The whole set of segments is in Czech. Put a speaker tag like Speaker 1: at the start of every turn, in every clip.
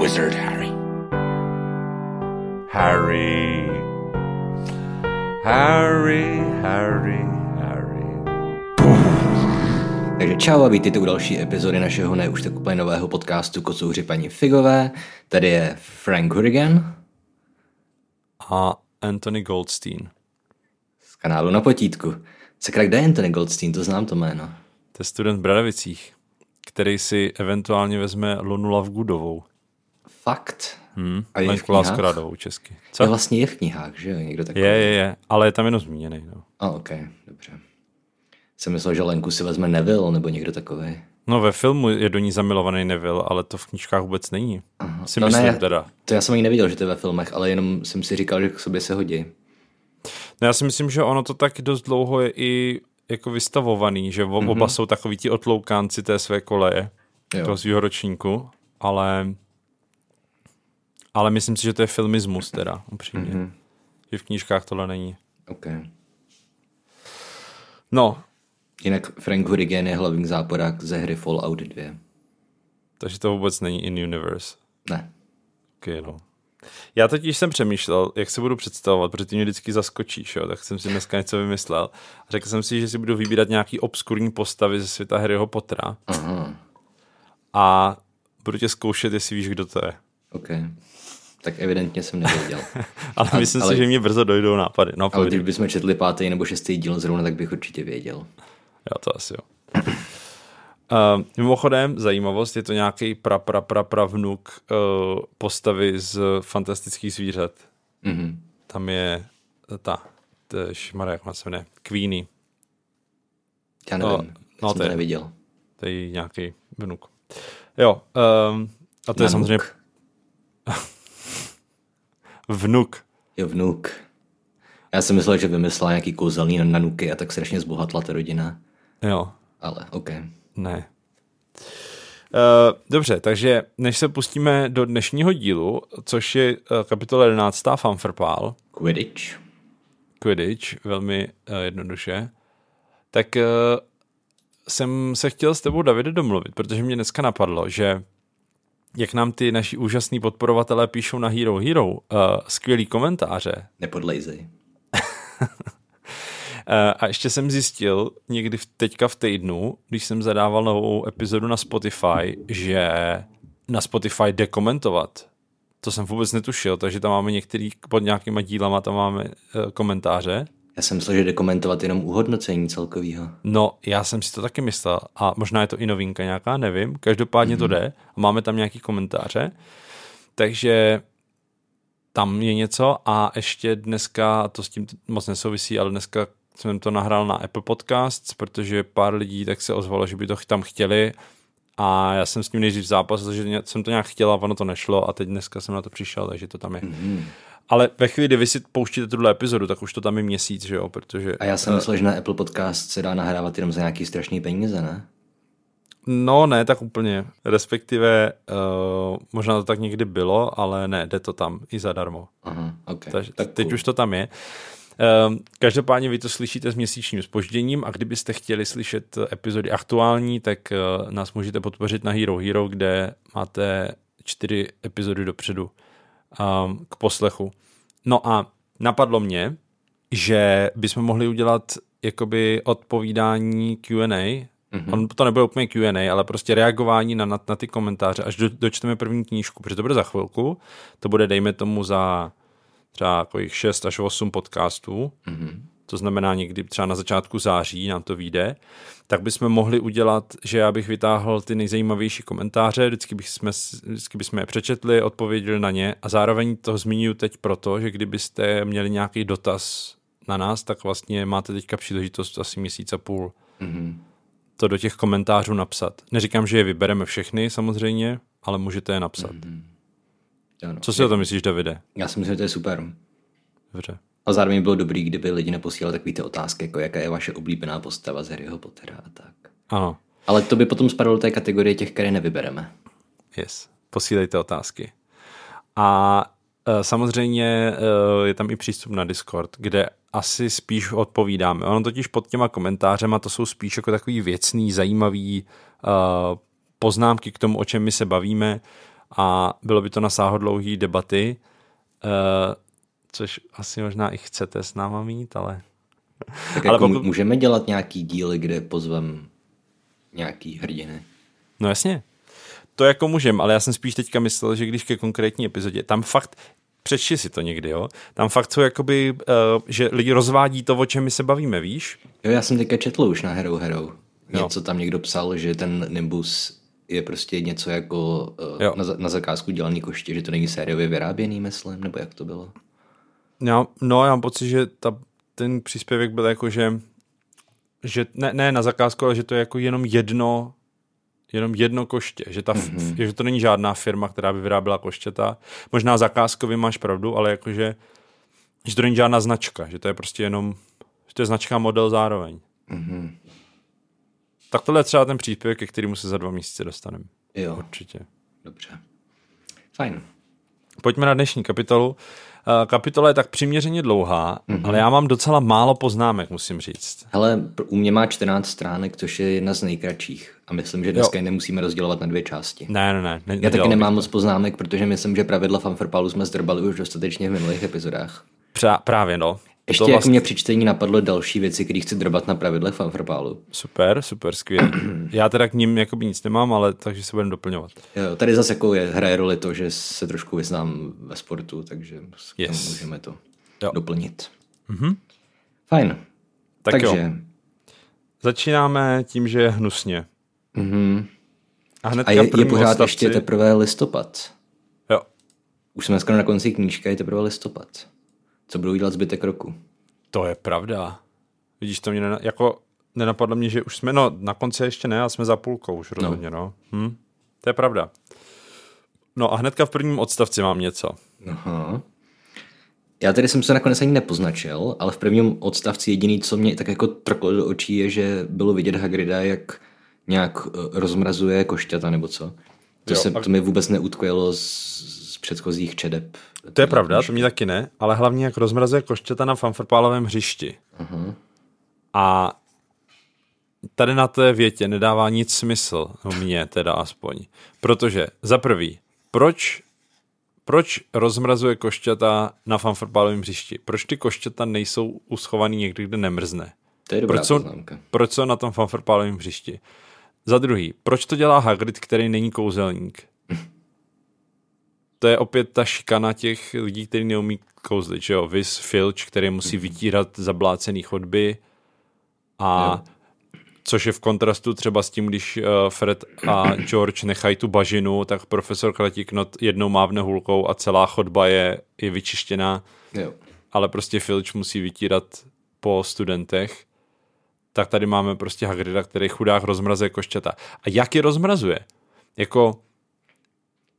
Speaker 1: wizard, Harry.
Speaker 2: Harry. Harry, Harry, Harry.
Speaker 3: Takže čau a vítejte u další epizody našeho ne už tak úplně nového podcastu Kocouři paní Figové. Tady je Frank Hurigan
Speaker 4: a Anthony Goldstein.
Speaker 3: z kanálu Na potítku. Sakra, kde je Anthony Goldstein, to znám to jméno.
Speaker 4: To je student v Bradavicích, který si eventuálně vezme Lonu Lavgudovou.
Speaker 3: Fakt.
Speaker 4: Hm?
Speaker 3: A je v
Speaker 4: Lenku
Speaker 3: knihách?
Speaker 4: Láskrádovou česky.
Speaker 3: To
Speaker 4: Co?
Speaker 3: vlastně je v knihách, že jo, někdo takový.
Speaker 4: Je, je, je, ale je tam jenom zmíněný. No.
Speaker 3: A oh, ok, dobře. Jsem myslel, že Lenku si vezme Neville nebo někdo takový.
Speaker 4: no ve filmu je do ní zamilovaný Neville, ale to v knížkách vůbec není. Aha. Si
Speaker 3: No
Speaker 4: no myslím
Speaker 3: ne.
Speaker 4: ne. teda.
Speaker 3: To já jsem ani neviděl, že to je ve filmech, ale jenom jsem si říkal, že k sobě se hodí.
Speaker 4: No já si myslím, že ono to tak dost dlouho je i jako vystavovaný, že mm-hmm. oba jsou takový ti otloukánci té své koleje,
Speaker 3: Jo.
Speaker 4: jo. toho svého ročníku, ale ale myslím si, že to je filmismus teda, upřímně. Mm-hmm. Že v knížkách tohle není.
Speaker 3: Ok.
Speaker 4: No,
Speaker 3: Jinak Frank Hurigan je hlavní záporák ze hry Fallout 2.
Speaker 4: takže to vůbec není in-universe.
Speaker 3: Ne.
Speaker 4: Okay, no. Já totiž jsem přemýšlel, jak se budu představovat, protože ty mě vždycky zaskočíš, jo? tak jsem si dneska něco vymyslel. Řekl jsem si, že si budu vybírat nějaký obskurní postavy ze světa Harryho Pottera
Speaker 3: Aha,
Speaker 4: a budu tě zkoušet, jestli víš, kdo to je.
Speaker 3: ok. Tak evidentně jsem nevěděl.
Speaker 4: Ale myslím
Speaker 3: ale-
Speaker 4: si, že mě brzo dojdou nápady. No,
Speaker 3: Ale
Speaker 4: ale
Speaker 3: když bychom četli pátý nebo šestý díl zrovna, tak bych určitě věděl.
Speaker 4: Já to asi jo. Uh, mimochodem, zajímavost, je to nějaký pra, pra, pra, pra vnuk uh, postavy z fantastických zvířat.
Speaker 3: Mhm.
Speaker 4: Tam je ta, t- šmara, jak ona se jmenuje, Queenie,
Speaker 3: Já
Speaker 4: No,
Speaker 3: nevím, no,
Speaker 4: no
Speaker 3: jsem
Speaker 4: to
Speaker 3: to
Speaker 4: je-
Speaker 3: neviděl.
Speaker 4: to je její nějaký vnuk. Jo, um, a to je
Speaker 3: Nanuk.
Speaker 4: samozřejmě vnuk.
Speaker 3: Jo, vnuk. Já jsem myslel, že vymyslela nějaký kouzelný nanuky a tak strašně zbohatla ta rodina.
Speaker 4: Jo,
Speaker 3: Ale ok.
Speaker 4: Ne. Eh, Dobře, takže než se pustíme do dnešního dílu, což je eh, kapitola 11. Fanfrpál,
Speaker 3: Quidditch.
Speaker 4: Quidditch, velmi eh, jednoduše, tak eh, jsem se chtěl s tebou, Davide, domluvit, protože mě dneska napadlo, že jak nám ty naši úžasní podporovatelé píšou na Hero Hero eh, skvělý komentáře,
Speaker 3: Nepodlejzej.
Speaker 4: Eh, A ještě jsem zjistil někdy v- teďka v týdnu, když jsem zadával novou epizodu na Spotify, že na Spotify jde komentovat. To jsem vůbec netušil, takže tam máme některý, pod nějakýma dílama tam máme eh, komentáře.
Speaker 3: Já jsem myslel, že jde komentovat jenom uhodnocení celkového.
Speaker 4: No, já jsem si to taky myslel a možná je to i novinka nějaká, nevím. Každopádně mm-hmm. to jde a máme tam nějaký komentáře. Takže tam je něco a ještě dneska, to s tím moc nesouvisí, ale dneska jsem to nahrál na Apple Podcasts, protože pár lidí tak se ozvalo, že by to ch- tam chtěli a já jsem s ním nejdřív zápas, že ně- jsem to nějak chtěla, ono to nešlo a teď dneska jsem na to přišel, takže to tam je. Mm-hmm. Ale ve chvíli, kdy vy si pouštíte tuhle epizodu, tak už to tam je měsíc, že jo, protože...
Speaker 3: A já jsem myslel, že na Apple Podcast se dá nahrávat jenom za nějaký strašný peníze, ne?
Speaker 4: No, ne, tak úplně. Respektive, uh, možná to tak někdy bylo, ale ne, jde to tam i zadarmo.
Speaker 3: Aha, ok.
Speaker 4: Takže tak teď už to tam je. Um, každopádně vy to slyšíte s měsíčním spožděním a kdybyste chtěli slyšet epizody aktuální, tak uh, nás můžete podpořit na Hero Hero, kde máte čtyři epizody dopředu um, k poslechu. No a napadlo mě, že bychom mohli udělat jakoby odpovídání Q&A, mm-hmm. on to nebude úplně Q&A, ale prostě reagování na, na, na ty komentáře, až do, dočteme první knížku, protože to bude za chvilku, to bude dejme tomu za třeba jako jich 6 až 8 podcastů,
Speaker 3: Mhm.
Speaker 4: mm-hmm. to znamená někdy třeba na začátku září nám to vyjde, tak bychom mohli udělat, že já bych vytáhl ty nejzajímavější komentáře, vždycky, bych jsme, vždycky bychom je přečetli, odpověděli na ně a zároveň to zmiňuji teď proto, že kdybyste měli nějaký dotaz na nás, tak vlastně máte teďka příležitost asi měsíc a půl mm-hmm.
Speaker 3: Mhm.
Speaker 4: to do těch komentářů napsat. Neříkám, že je vybereme všechny samozřejmě, ale můžete je napsat. Mm-hmm.
Speaker 3: Mhm. Jo, no.
Speaker 4: Co si o tom myslíš, Davide?
Speaker 3: Já si myslím, že to je super.
Speaker 4: Dobře.
Speaker 3: A zároveň by bylo dobrý, kdyby lidi neposílali takový ty otázky, jako jaká je vaše oblíbená postava z Harryho Pottera a tak.
Speaker 4: Ano.
Speaker 3: Ale to by potom spadlo do té kategorie těch, které nevybereme.
Speaker 4: Yes. Posílejte otázky. A e, samozřejmě e, je tam i přístup na Discord, kde asi spíš odpovídáme. Ono totiž pod těma komentářema to jsou spíš jako takový věcný, zajímavý e, poznámky k tomu, o čem my se bavíme a bylo by to na sáhodlouhý debaty, eh, což asi možná i chcete s náma mít, ale...
Speaker 3: Tak
Speaker 4: Ale
Speaker 3: jako
Speaker 4: pokud-
Speaker 3: můžeme dělat nějaký díly, kde pozvem nějaký hrdiny.
Speaker 4: No jasně. To jako můžem, ale já jsem spíš teďka myslel, že když ke konkrétní epizodě, tam fakt, přečti si to někdy, jo, tam fakt jsou jakoby, uh, že lidi rozvádí to, o čem my se bavíme, víš?
Speaker 3: Jo, já jsem teďka četl už na Hero Hero. Něco tam někdo psal, že ten Nimbus je prostě něco jako eh,
Speaker 4: Jo.
Speaker 3: na, za- na zakázku dělaný koště, že to není sériově vyráběný, myslím, nebo jak to bylo.
Speaker 4: No, no já mám pocit, že ta, ten příspěvek byl jako, že, že ne, ne na zakázku, ale že to je jako jenom jedno jenom jedno koště, že, ta, mm-hmm. že to není žádná firma, která by vyráběla koštěta. Možná zakázkově máš pravdu, ale jakože, že to není žádná značka, že to je prostě jenom, že to je značka a model zároveň. Mm-hmm. Tak tohle je třeba ten příspěvek, ke kterému se za dva měsíce dostaneme.
Speaker 3: Jo,
Speaker 4: Určitě.
Speaker 3: dobře. Fajn.
Speaker 4: Pojďme na dnešní kapitolu. Eh, Kapitola je tak přiměřeně dlouhá,
Speaker 3: Mhm.
Speaker 4: mm-hmm. ale já mám docela málo poznámek, musím říct.
Speaker 3: Hele, pr- u mě má 14 stránek, což je jedna z nejkratších. A myslím, že dneska ji nemusíme rozdělovat na dvě části.
Speaker 4: Ne, ne, ne. ne
Speaker 3: Já
Speaker 4: nedělal
Speaker 3: taky
Speaker 4: bych.
Speaker 3: nemám moc poznámek, protože myslím, že pravidla fanfarpalu jsme zdrbali už dostatečně v minulých epizodách.
Speaker 4: Přá, právě, no.
Speaker 3: Ještě
Speaker 4: to
Speaker 3: vlastně... jako
Speaker 4: vlastně,
Speaker 3: mě při čtení napadlo další věci, které chci drbat na pravidlech fanfarpalu.
Speaker 4: Super, super, skvělý. Já teda k ním jakoby nic nemám, ale takže se budeme doplňovat.
Speaker 3: Jo, tady zase jako je, hraje roli to, že se trošku vyznám ve sportu, takže s yes.
Speaker 4: Yes.
Speaker 3: tomu můžeme to
Speaker 4: Jo. Mhm.
Speaker 3: jo. doplnit. Mm-hmm. Fajn.
Speaker 4: Tak
Speaker 3: takže,
Speaker 4: jo. Začínáme tím, že je hnusně. Mm-hmm. A hnedka
Speaker 3: Mhm. a je, je
Speaker 4: první
Speaker 3: pořád
Speaker 4: odstavci,
Speaker 3: ještě teprve listopad.
Speaker 4: Jo,
Speaker 3: Už jsme skoro na konci knížky, je teprve listopad. Co budou dělat zbytek roku?
Speaker 4: to je pravda. Vidíš, to mě nena, jako nenapadlo mě, že už jsme, no na konci ještě ne, ale jsme za půlkou už rozhodně, no. no. Hm? To je pravda. No a hnedka v prvním odstavci mám něco.
Speaker 3: Aha. Já tady jsem se nakonec ani nepoznačil, ale v prvním odstavci jediný, co mě tak jako trklo do očí, je, že bylo vidět Hagrida, jak nějak eh, rozmrazuje košťata nebo co. To,
Speaker 4: Jo,
Speaker 3: se,
Speaker 4: a-
Speaker 3: to mi vůbec neutkojilo z, z předchozích čedeb.
Speaker 4: To je pravda, to mě taky ne, ale hlavně jak rozmrazuje koščata na fanfrpálovém hřišti. Uh-huh. A tady na té větě nedává nic smysl, no mně teda aspoň. Protože za prvý, proč, proč rozmrazuje košťata na fanfrpálovém hřišti? Proč ty košťata nejsou uschovaný někde, kde nemrzne?
Speaker 3: To je dobrá
Speaker 4: proč jsou-
Speaker 3: poznámka.
Speaker 4: Proč jsou na tom fanfrpálovém hřišti? Za druhý, proč to dělá Hagrid, který není kouzelník? To je opět ta šikana těch lidí, kteří neumí kouzlit, že jo? Vis Filch, který musí vytírat zablácený chodby a což je v kontrastu třeba s tím, když eh, Fred a George nechají tu bažinu, tak profesor Kratiknot jednou mávne hulkou a celá chodba je, je vyčištěná
Speaker 3: Jo.
Speaker 4: ale prostě Filch musí vytírat po studentech, tak tady máme prostě Hagrida, který chudák rozmrazuje košťata. A jak je rozmrazuje? Jako,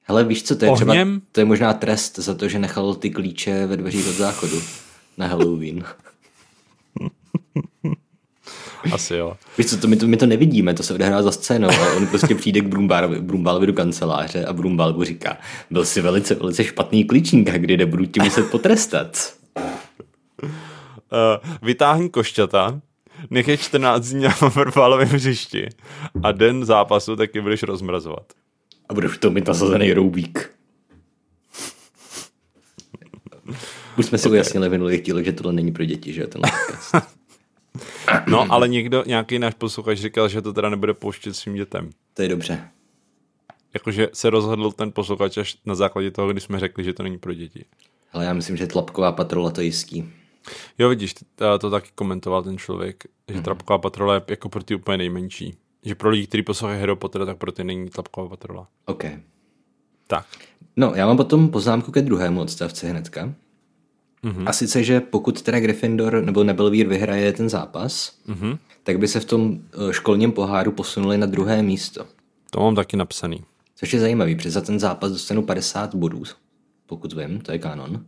Speaker 3: Hele, víš co, to je, třeba,
Speaker 4: Ohněm?
Speaker 3: to je možná trest za to, že nechal ty klíče ve dveřích od záchodu na Halloween.
Speaker 4: asi jo.
Speaker 3: Víš co, to my, to, my to nevidíme, to se odehrává za scénou, ale on prostě přijde k Brumbárovi, Brumbálovi do kanceláře a Brumbál mu říká, byl si velice, velice špatný klíčník, a kdy nebudu tě muset potrestat.
Speaker 4: Uh, vytáhni košťata, nech je 14 dní na vrbalovém hřišti a den zápasu taky budeš rozmrazovat.
Speaker 3: A budeš to mít nasazený roubík. Už jsme si okay. ujasnili v minulých dílech, že tohle není pro děti, že jo, tenhle podcast.
Speaker 4: No, ale někdo, nějaký náš posluchač říkal, že to teda nebude pouštět svým dětem.
Speaker 3: To je dobře.
Speaker 4: Jakože se rozhodl ten posluchač až na základě toho, když jsme řekli, že to není pro děti.
Speaker 3: Ale já myslím, že tlapková patrola to jistí.
Speaker 4: Jo, vidíš, t- a to taky komentoval ten člověk, že
Speaker 3: Mhm.
Speaker 4: mm-hmm. Tlapková patrola je jako pro ty úplně nejmenší. Že pro lidi, kteří poslouchají Harry Pottera, tak pro ty není Tlapková patrola.
Speaker 3: OK.
Speaker 4: Tak.
Speaker 3: No, já mám potom poznámku ke druhému odstavci hnedka. Mm-hmm. A sice, že pokud teda Gryffindor nebo Nebelvír vyhraje ten zápas, mm-hmm. tak by se v tom eh, školním poháru posunuli na druhé místo.
Speaker 4: To mám taky napsaný.
Speaker 3: Což je zajímavý, protože za ten zápas dostanu 50 bodů, pokud vím, to je kanon.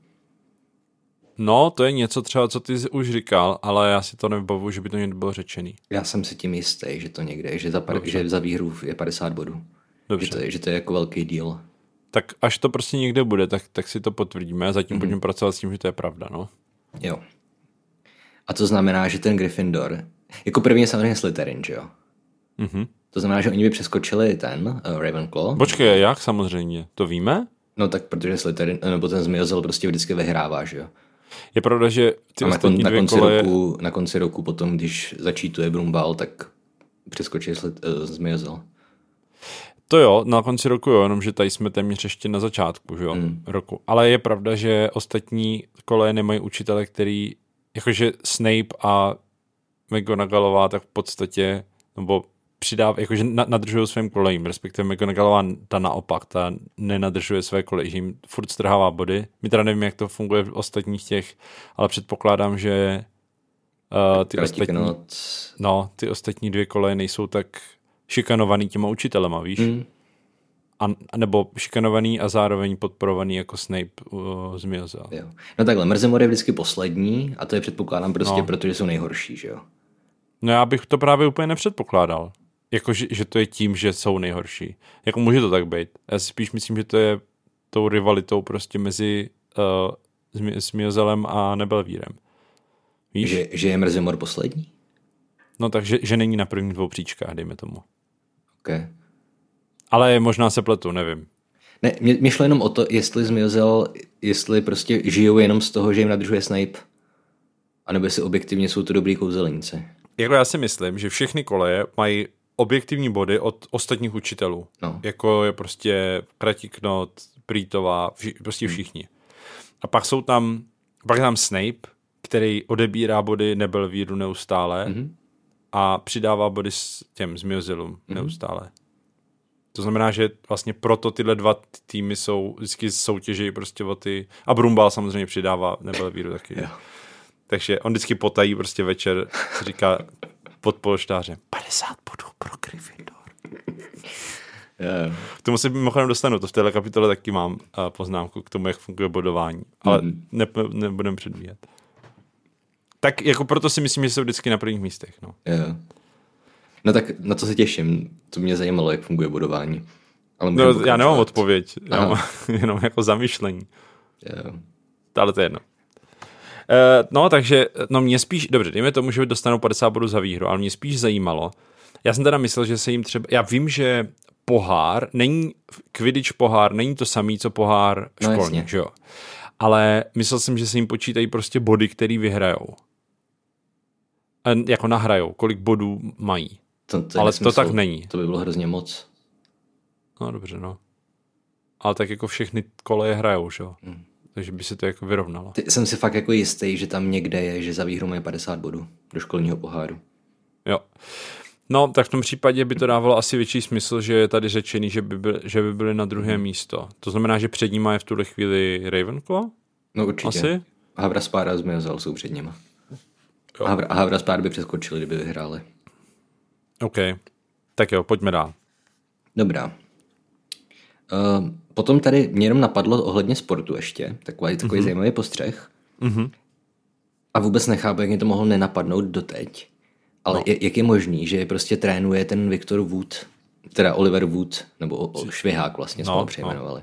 Speaker 4: No, to je něco třeba, co ty jsi už říkal, ale já si to nevybavuju, že by to někdy bylo řečený.
Speaker 3: Já jsem si tím jistý, že to někde je, že za, par- že za výhru je 50 bodů.
Speaker 4: Dobře.
Speaker 3: Že to, je, že to je jako velký díl.
Speaker 4: Tak až to prostě někde bude, tak, tak si to potvrdíme a
Speaker 3: Mhm.
Speaker 4: zatím mm-hmm. pojďme pracovat s tím, že to je pravda, no.
Speaker 3: Jo. A to znamená, že ten Gryffindor, jako první je samozřejmě Slytherin, že jo?
Speaker 4: Mhm.
Speaker 3: To znamená, že oni by přeskočili ten uh, Ravenclaw.
Speaker 4: Počkej, jak samozřejmě? To víme?
Speaker 3: No tak protože Slytherin, nebo ten Zmiozel prostě vždycky vyhrává, že jo.
Speaker 4: Je pravda, že ty
Speaker 3: A na, kon,
Speaker 4: ostatní
Speaker 3: na,
Speaker 4: dvě
Speaker 3: konci
Speaker 4: koleje...
Speaker 3: roku, na konci roku potom, když začítuje Brumbal, tak přeskočí Slyth- uh, Zmiozel.
Speaker 4: To jo, na konci roku jo, jenomže tady jsme téměř ještě na začátku že jo, mm. roku. Ale je pravda, že ostatní koleje nemají učitele, který, jakože Snape a McGonagallová, tak v podstatě, nebo přidá, jakože na- nadržují svým kolejím, respektive McGonagallová ta naopak, ta nenadržuje své koleje, že jim furt strhává body. My teda nevím, jak to funguje v ostatních těch, ale předpokládám, že uh, ty
Speaker 3: Krátík
Speaker 4: ostatní
Speaker 3: noc.
Speaker 4: no, ty ostatní dvě koleje nejsou tak šikanovaný těma učitelema, víš? Mm. A, a nebo šikanovaný a zároveň podporovaný jako Snape uh, z Milza.
Speaker 3: Jo. No takhle, Mrzemor je vždycky poslední a to je předpokládám prostě, no. protože jsou nejhorší, že jo.
Speaker 4: No já bych to právě úplně nepředpokládal. Jako, že, že to je tím, že jsou nejhorší. Jako může to tak být. Já si spíš myslím, že to je tou rivalitou prostě mezi uh, Smilzelem a Nebelvírem. Víš?
Speaker 3: Že, že je Mrzemor poslední?
Speaker 4: No takže, že není na prvních dvou příčkách, dejme tomu.
Speaker 3: Okay.
Speaker 4: Ale možná se pletu, nevím.
Speaker 3: Ne, mě, mě šlo jenom o to, jestli zmizel, jestli prostě žijou jenom z toho, že jim nadržuje Snape, anebo jestli objektivně jsou to dobrý kouzelníci.
Speaker 4: Jako já si myslím, že všechny koleje mají objektivní body od ostatních učitelů.
Speaker 3: No.
Speaker 4: Jako je prostě Kratiknot, Prýtová, vši, prostě všichni. A pak jsou tam, pak je tam Snape, který odebírá body Nebelvíru neustále mm-hmm. a přidává body s těm Zmiozilům mm-hmm. neustále. To znamená, že vlastně proto tyhle dva týmy jsou vždycky soutěžejí prostě o ty... A Brumbal samozřejmě přidává Nebelvíru taky. Takže on vždycky potají prostě večer, říká pod polštářem. 50 bodů pro Gryffindor.
Speaker 3: Yeah.
Speaker 4: K tomu se mimochodem dostanu, to v téhle kapitole taky mám uh, poznámku k tomu, jak funguje bodování, ale mm-hmm. ne, nebudem předvíjet. Tak jako proto si myslím, že jsou vždycky na prvních místech. No.
Speaker 3: Jo. No tak na to se těším. To mě zajímalo, jak funguje budování. Ale můžeme
Speaker 4: No, já
Speaker 3: pokračovat.
Speaker 4: nemám odpověď, já
Speaker 3: Aha.
Speaker 4: mám jenom jako zamyšlení.
Speaker 3: Jo.
Speaker 4: ale to je jedno. Eh, No, takže, no mě spíš, dobře, dejme tomu, že dostanou 50 bodů za výhru, ale mě spíš zajímalo, já jsem teda myslel, že se jim třeba, já vím, že pohár, není, Quidditch pohár, není to samý, co pohár
Speaker 3: No,
Speaker 4: školní,
Speaker 3: jasně.
Speaker 4: že jo. Ale myslel jsem, že se jim počítají prostě body, který vyhrajou. Eh, Jako nahrajou, kolik bodů mají.
Speaker 3: To, to je
Speaker 4: Ale to
Speaker 3: nesmysl.
Speaker 4: tak není.
Speaker 3: To by bylo hrozně moc.
Speaker 4: No dobře, no. Ale tak jako všechny koleje hrajou, že jo.
Speaker 3: Hmm.
Speaker 4: Takže by se to jako vyrovnalo.
Speaker 3: Ty, jsem si fakt jako jistý, že tam někde je, že za výhru mají 50 bodů do školního poháru.
Speaker 4: Jo. No, tak v tom případě by to dávalo asi větší smysl, že je tady řečený, že by, byli, že by byli na druhé místo. To znamená, že před nima je v tuhle chvíli Ravenclaw?
Speaker 3: No určitě.
Speaker 4: Asi?
Speaker 3: Havraspár a Zmiozal jsou před nima. A Havra- a Havraspár by přeskočili, kdyby vyhráli.
Speaker 4: OK. Tak jo, pojďme dál.
Speaker 3: Dobrá. Uh, potom tady mě jenom napadlo ohledně sportu ještě, takový, takový mm-hmm. zajímavý postřeh.
Speaker 4: Mhm.
Speaker 3: A vůbec nechápu, jak mě to mohlo nenapadnout doteď. Ale no. jak je možný, že prostě trénuje ten Viktor Wood, teda Oliver Wood, nebo o, o Švihák vlastně jsme
Speaker 4: No,
Speaker 3: ho přejmenovali.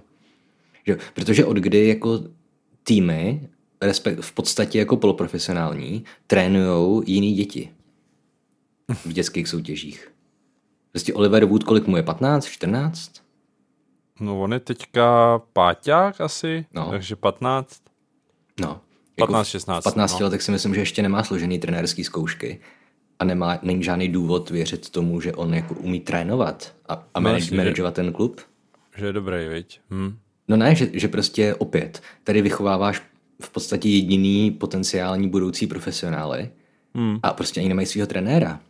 Speaker 3: Že, protože od kdy jako týmy, respekt, v podstatě jako poloprofesionální, trénujou jiný děti v dětských soutěžích. Prostě Oliver Wood, kolik mu je? 15, 14?
Speaker 4: No, on je teďka páťák asi,
Speaker 3: No.
Speaker 4: no. takže 15.
Speaker 3: No.
Speaker 4: 15,
Speaker 3: v
Speaker 4: 16,
Speaker 3: 15
Speaker 4: no.
Speaker 3: letech si myslím, že ještě nemá složený trenérský zkoušky a nemá, není žádný důvod věřit tomu, že on jako umí trénovat a, a manage,
Speaker 4: No, jasně, že-
Speaker 3: manageovat ten klub.
Speaker 4: Že je dobrý, viď? Hm.
Speaker 3: No ne, že, že prostě opět, tady vychováváš v podstatě jediný potenciální budoucí profesionály hmm. a prostě ani nemají svého trenéra.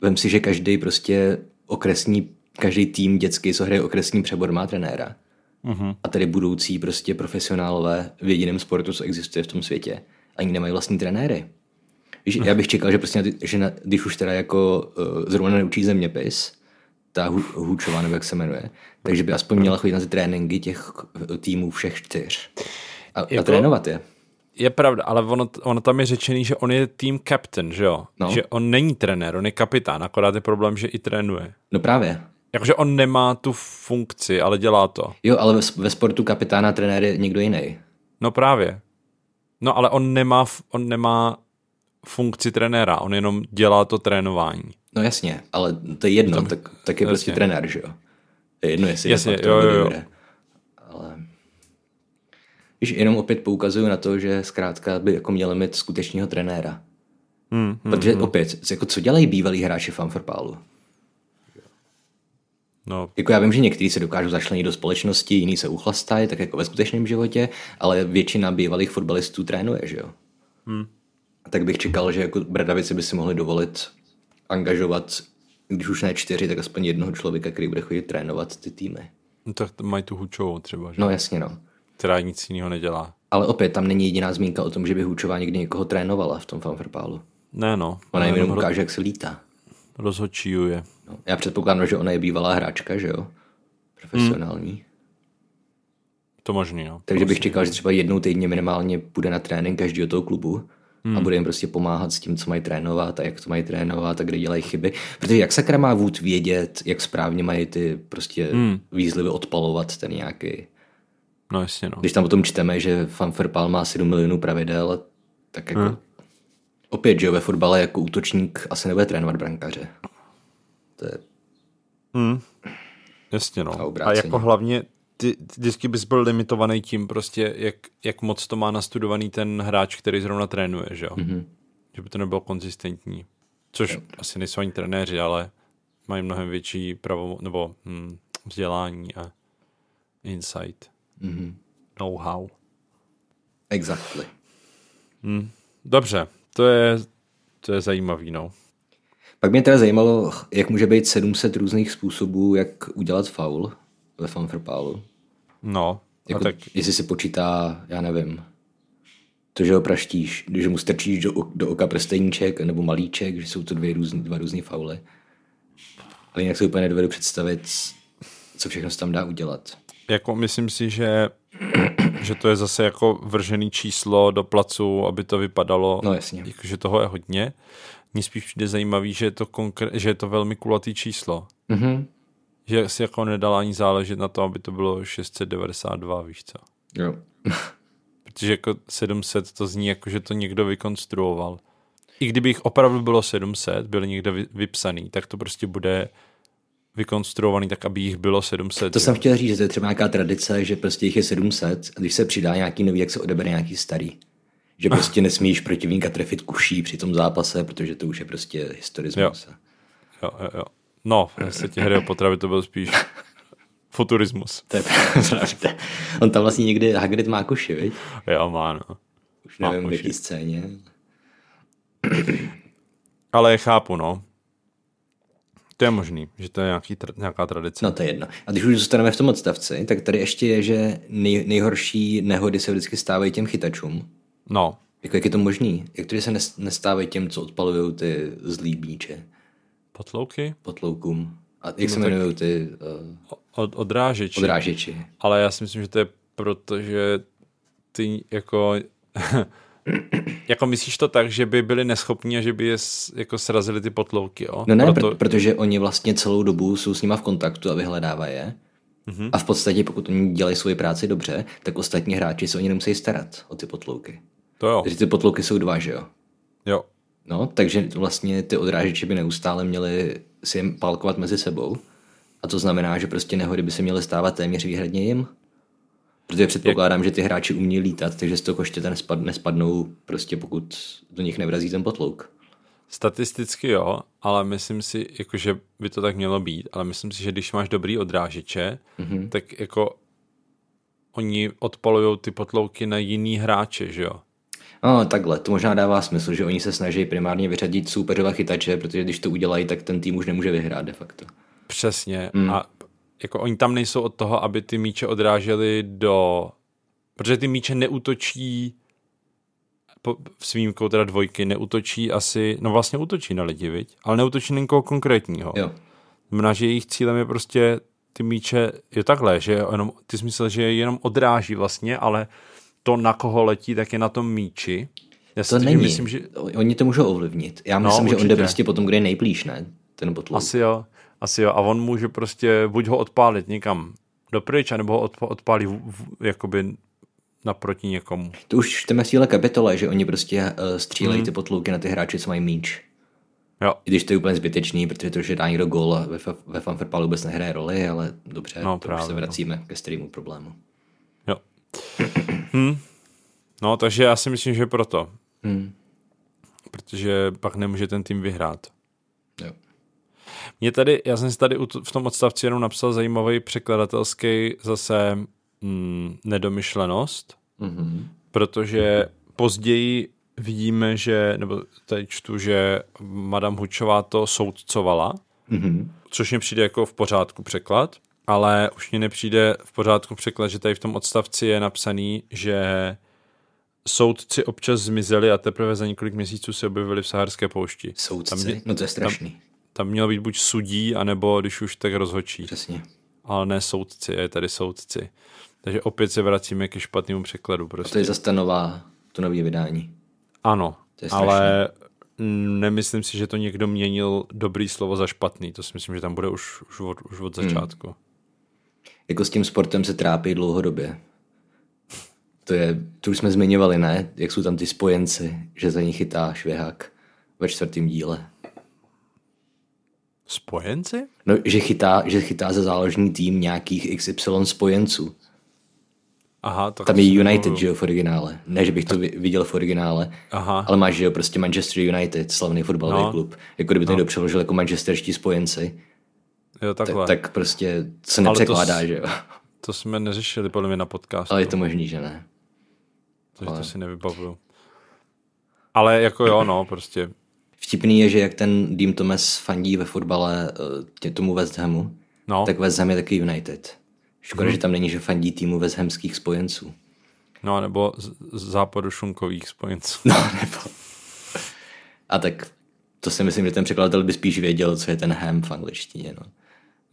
Speaker 3: Vem si, že každý prostě okresní, každý tým dětský, co hraje okresní přebor, má trenéra. Mm-hmm. A tady budoucí prostě profesionálové v jediném sportu, co existuje v tom světě, ani nemají vlastní trenéry. Víš, já bych čekal, že prostě, na ty- že na, když už teda jako uh, zrovna neučí zeměpis, ta Hu- Hůčová, nebo jak se jmenuje, takže by aspoň měla chodit na ty tréninky těch eh, týmů všech čtyř. A, jako... a trénovat je.
Speaker 4: Je pravda, ale ono, ono tam je řečený, že on je tým captain, že jo?
Speaker 3: No.
Speaker 4: Že on není trenér, on je kapitán, akorát je problém, že i trénuje.
Speaker 3: No právě.
Speaker 4: Jakože on nemá tu funkci, ale dělá to.
Speaker 3: Jo, ale ve, s- ve sportu kapitána trenér je někdo jiný.
Speaker 4: No právě. No ale on nemá, f- on nemá funkci trenéra, on jenom dělá to trénování.
Speaker 3: No jasně, ale to je jedno,
Speaker 4: Tam- no
Speaker 3: tak, tak je prostě
Speaker 4: jasně.
Speaker 3: trenér, že jo? To je jedno, jestli
Speaker 4: Jasně,
Speaker 3: de facto
Speaker 4: jo,
Speaker 3: nebo
Speaker 4: jo, jo.
Speaker 3: nebude. Ale... Víš, jenom opět poukazuju na to, že zkrátka by jako měli mít skutečního trenéra.
Speaker 4: Hmm, hmm.
Speaker 3: Protože opět, jako co dělají bývalí hráči fanfarpálu?
Speaker 4: No,
Speaker 3: Jako já vím, že někteří se dokážou začlenit do společnosti, jiní se uchlastají, tak jako ve skutečném životě, ale většina bývalých fotbalistů trénuje, že jo? Hmm. A tak bych čekal, že jako Bradavici by si mohli dovolit angažovat, když už ne čtyři, tak aspoň jednoho člověka, který bude chodit trénovat ty týmy.
Speaker 4: no tak t- mají tu hučovou třeba, že?
Speaker 3: No jasně, no.
Speaker 4: která nic jiného nedělá.
Speaker 3: Ale opět, tam není jediná zmínka o tom, že by Hůčová někdy někoho trénovala v tom fanfarpálu.
Speaker 4: Ne, no.
Speaker 3: Ona jim
Speaker 4: Ona
Speaker 3: jenom
Speaker 4: jenom ro-
Speaker 3: ukáže, jak se lítá.
Speaker 4: rozhočíjuje.
Speaker 3: No, já předpokládám, že ona je bývalá hráčka, že jo? Profesionální. Hmm.
Speaker 4: To možný, no.
Speaker 3: Takže bych čekal, že třeba jednou týdně minimálně půjde na trénink každého toho klubu hmm. a bude jim prostě pomáhat s tím, co mají trénovat a jak to mají trénovat a kde dělají chyby. Protože jak sakra má vůd vědět, jak správně mají ty prostě hmm. výzlivy odpalovat ten nějaký.
Speaker 4: No jasně, no.
Speaker 3: Když tam potom čteme, že Fanferpal má 7 milionů pravidel, tak jako... Hmm. Opět, že jo, ve fotbale jako útočník asi nebude trénovat brankaře. To je
Speaker 4: Jasně,
Speaker 3: A
Speaker 4: no. A,
Speaker 3: obráceně.
Speaker 4: jako hlavně ty, ty vždycky bys byl limitovaný tím prostě, jak, jak moc to má nastudovaný ten hráč, který zrovna trénuje, že jo? Mm-hmm.
Speaker 3: Mhm.
Speaker 4: Že by to nebylo konzistentní. Což asi nejsou ani trenéři, ale mají mnohem větší pravo, nebo hm, vzdělání a insight. Mm-hmm.
Speaker 3: Mhm.
Speaker 4: Know-how.
Speaker 3: exactly.
Speaker 4: Dobře, to je, to je zajímavý, no.
Speaker 3: Pak mě teda zajímalo, jak může být 700 různých způsobů, jak udělat faul ve fanfrpálu.
Speaker 4: No,
Speaker 3: Jako,
Speaker 4: a tak
Speaker 3: Jestli se počítá, já nevím, to, že ho praštíš, že mu strčíš do, ok- do oka prsteníček nebo malíček, že jsou to dvě různý, dva různé fauly. Ale jinak se úplně nedovedu představit, co všechno se tam dá udělat.
Speaker 4: jako myslím si, že, že to je zase jako vržený číslo do placu, aby to vypadalo,
Speaker 3: No jasně.
Speaker 4: Jako, že toho je hodně. Mně spíš přijde zajímavý, že je to, konkr- že je to velmi kulatý číslo.
Speaker 3: Mhm.
Speaker 4: Že si jako nedala ani záležet na tom, aby to bylo 692, víš co.
Speaker 3: Jo.
Speaker 4: Protože jako 700 to zní jako, že to někdo vykonstruoval. I kdyby jich opravdu bylo 700, byly někde vy- vypsaný, tak to prostě bude vykonstruovaný tak, aby jich bylo 700.
Speaker 3: To
Speaker 4: že
Speaker 3: jsem
Speaker 4: jo?
Speaker 3: chtěl říct, že to je třeba nějaká tradice, že prostě jich je 700 a když se přidá nějaký nový, jak se odebere nějaký starý. Že prostě nesmíš protivníka trefit kuší při tom zápase, protože to už je prostě historismus. Jo.
Speaker 4: Jo, jo, jo. No, v podstatě hry o potravy to byl spíš futurismus.
Speaker 3: To je pravda. On tam vlastně někdy, Hagrid má koši, viď?
Speaker 4: Jo, má, no.
Speaker 3: Už
Speaker 4: Má
Speaker 3: nevím, v
Speaker 4: koši.
Speaker 3: jaký scéně.
Speaker 4: Ale chápu, no. To je možný, že to je nějaký, tra- nějaká tradice.
Speaker 3: No to je jedno. A když už zůstaneme v tom odstavci, tak tady ještě je, že nej, nejhorší nehody se vždycky stávají těm chytačům.
Speaker 4: No,
Speaker 3: Jako jak je to možný? Jak to, že se nes- nestávají těm, co odpalují ty zlý bíče
Speaker 4: potlouky,
Speaker 3: potloukům? A jak no se jmenují ty uh,
Speaker 4: od, odrážeči.
Speaker 3: odrážeči?
Speaker 4: Ale já si myslím, že to je proto, že ty jako... jako myslíš to tak, že by byli neschopní a že by je s- jako srazili ty potlouky, jo?
Speaker 3: No ne, proto...
Speaker 4: proto,
Speaker 3: pr- protože oni vlastně celou dobu jsou s nima v kontaktu a vyhledávají je. Mm-hmm. A v podstatě, pokud oni dělají svoji práci dobře, tak ostatní hráči se o ně nemusí starat, o ty potlouky.
Speaker 4: to jo,
Speaker 3: Takže ty potlouky jsou dva, že jo?
Speaker 4: jo.
Speaker 3: No, takže vlastně ty odrážeče by neustále měli si jim pálkovat mezi sebou. A to znamená, že prostě nehody by se měly stávat téměř výhradně jim. Protože předpokládám, že ty hráči umí lítat, takže z toho koštěte nespad, nespadnou prostě pokud do nich nevrazí ten potlouk.
Speaker 4: Statisticky jo, ale myslím si, jako, že by to tak mělo být, ale myslím si, že když máš dobrý odrážeče, mm-hmm. tak jako oni odpalujou ty potlouky na jiný hráče, že jo?
Speaker 3: No, takhle, to možná dává smysl, že oni se snaží primárně vyřadit soupeřova chytače, protože když to udělají, tak ten tým už nemůže vyhrát de facto.
Speaker 4: No. Přesně. Mm. A jako oni tam nejsou od toho, aby ty míče odráželi do... Protože ty míče neutočí po, s výjimkou teda dvojky, neutočí asi, no vlastně útočí na lidi, viď? Ale neutočí na někoho konkrétního.
Speaker 3: Jo.
Speaker 4: Znamená, že jejich cílem je prostě ty míče, je takhle, že jenom, ty jsi myslel, že je jenom odráží vlastně, ale to, na koho letí, tak je na tom míči. Já si
Speaker 3: To
Speaker 4: teď
Speaker 3: není.
Speaker 4: myslím, že
Speaker 3: Oni to můžou ovlivnit. Já myslím, no, že on jde
Speaker 4: určitě.
Speaker 3: prostě potom, kde je nejblíž, ne? Ten potlouk.
Speaker 4: asi jo, asi jo. A on může prostě buď ho odpálit někam dopryč, anebo ho odp- odpálí v, v, jakoby naproti někomu.
Speaker 3: eh, To už čteme v téhle kapitole, že oni prostě uh, střílejí ty potlouky na ty hráče, co mají míč.
Speaker 4: Hmm. Jo.
Speaker 3: I když to je úplně zbytečný, protože to, že dá někdo gól ve, fa- ve fanfarpalu vůbec nehraje roli, ale dobře,
Speaker 4: No,
Speaker 3: no, to právě,
Speaker 4: právě,
Speaker 3: už se
Speaker 4: no.
Speaker 3: vracíme ke stejnému problému.
Speaker 4: Jo. Hm. No, takže já si myslím, že proto.
Speaker 3: Hmm.
Speaker 4: Protože pak nemůže ten tým vyhrát.
Speaker 3: Jo.
Speaker 4: Mě tady, já jsem si tady u t- v tom odstavci jenom napsal zajímavý překladatelský zase mm, nedomyšlenost,
Speaker 3: Mm-hmm.
Speaker 4: protože později vidíme, že, nebo tady čtu, že Madame Hučová to soudcovala,
Speaker 3: Mm-hmm.
Speaker 4: což mě přijde jako v pořádku překlad, ale už mě nepřijde v pořádku překlad, že tady v tom odstavci je napsaný, že soudci občas zmizeli a teprve za několik měsíců se objevili v Saharské poušti.
Speaker 3: Soudci,
Speaker 4: Tam, mě-
Speaker 3: no to je strašný, tam...
Speaker 4: tam měl být buď sudí, anebo když už tak rozhočí,
Speaker 3: přesně.
Speaker 4: ale ne soudci, je tady soudci. Takže opět se vracíme ke špatnému překladu. Prostě.
Speaker 3: To je zase ta nová, to nové vydání.
Speaker 4: Ano,
Speaker 3: To je strašný.
Speaker 4: ale mm, nemyslím si, že to někdo měnil dobrý slovo za špatný. To si myslím, že tam bude už, už, od, už od
Speaker 3: Hmm.
Speaker 4: začátku.
Speaker 3: Jako s tím sportem se trápí dlouhodobě. To je, to už jsme zmiňovali, ne? Jak jsou tam ty spojenci, že za ní chytá švihák ve čtvrtém díle.
Speaker 4: Spojenci?
Speaker 3: No, že chytá, že chytá za záložní tým nějakých XY spojenců.
Speaker 4: Aha, tak
Speaker 3: Tam
Speaker 4: to
Speaker 3: je
Speaker 4: si
Speaker 3: United,
Speaker 4: nepamatuju.
Speaker 3: že jo, v originále. Ne, že bych to vi- viděl v originále,
Speaker 4: no. Aha.
Speaker 3: ale máš, že jo, prostě Manchester United, slavný fotbalový
Speaker 4: No.
Speaker 3: no. klub. Jako kdyby to někdo přeložil jako manchesterští spojenci,
Speaker 4: Jo, takhle. Tak,
Speaker 3: tak prostě se
Speaker 4: to s-
Speaker 3: nepřekládá, že jo.
Speaker 4: To jsme neřešili podle mě na podcastu,
Speaker 3: Ale
Speaker 4: ale,
Speaker 3: je to možný, že ne.
Speaker 4: takže to si nevybavuju. Ale jako jo, no, prostě.
Speaker 3: Vtipný je, že jak ten Dean Thomas fandí ve fotbale eh, tě- tomu West Hamu,
Speaker 4: No, Mhm. tak,
Speaker 3: tak West Ham je taky United. Škoda, že tam není, že fandí týmu West Hamských spojenců.
Speaker 4: no nebo z, z západu šunkových spojenců.
Speaker 3: No, nebo... A tak to si myslím, že ten překladatel by spíš věděl, co je ten ham v angličtině, no.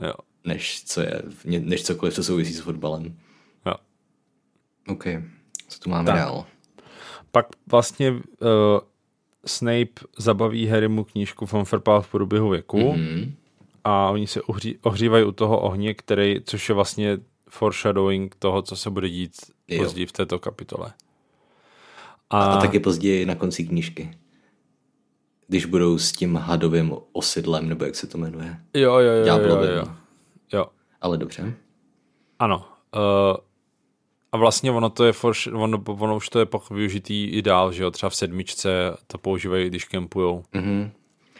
Speaker 4: Jo,
Speaker 3: Než, co je, než cokoliv, co souvisí s fotbalem.
Speaker 4: jo.
Speaker 3: OK, co tu máme
Speaker 4: Tak.
Speaker 3: tak. dál?
Speaker 4: Pak vlastně uh, Snape zabaví Harrymu knížku Fanfarpál v průběhu věku mm-hmm. a oni se uhří, ohřívají u toho ohně, který, což je vlastně foreshadowing toho, co se bude dít
Speaker 3: Jo.
Speaker 4: později v této kapitole.
Speaker 3: A taky později na konci knížky. Když budou s tím hadovým osidlem, nebo jak se to jmenuje.
Speaker 4: Jo, jo, jo, jo,
Speaker 3: Ďáblovým.
Speaker 4: jo. jo.
Speaker 3: Ale dobře.
Speaker 4: Ano. Uh, a vlastně ono to je, forš, ono, ono už to je pak využitý i dál, že jo, třeba v sedmičce to používají, když kempujou. Mm-hmm.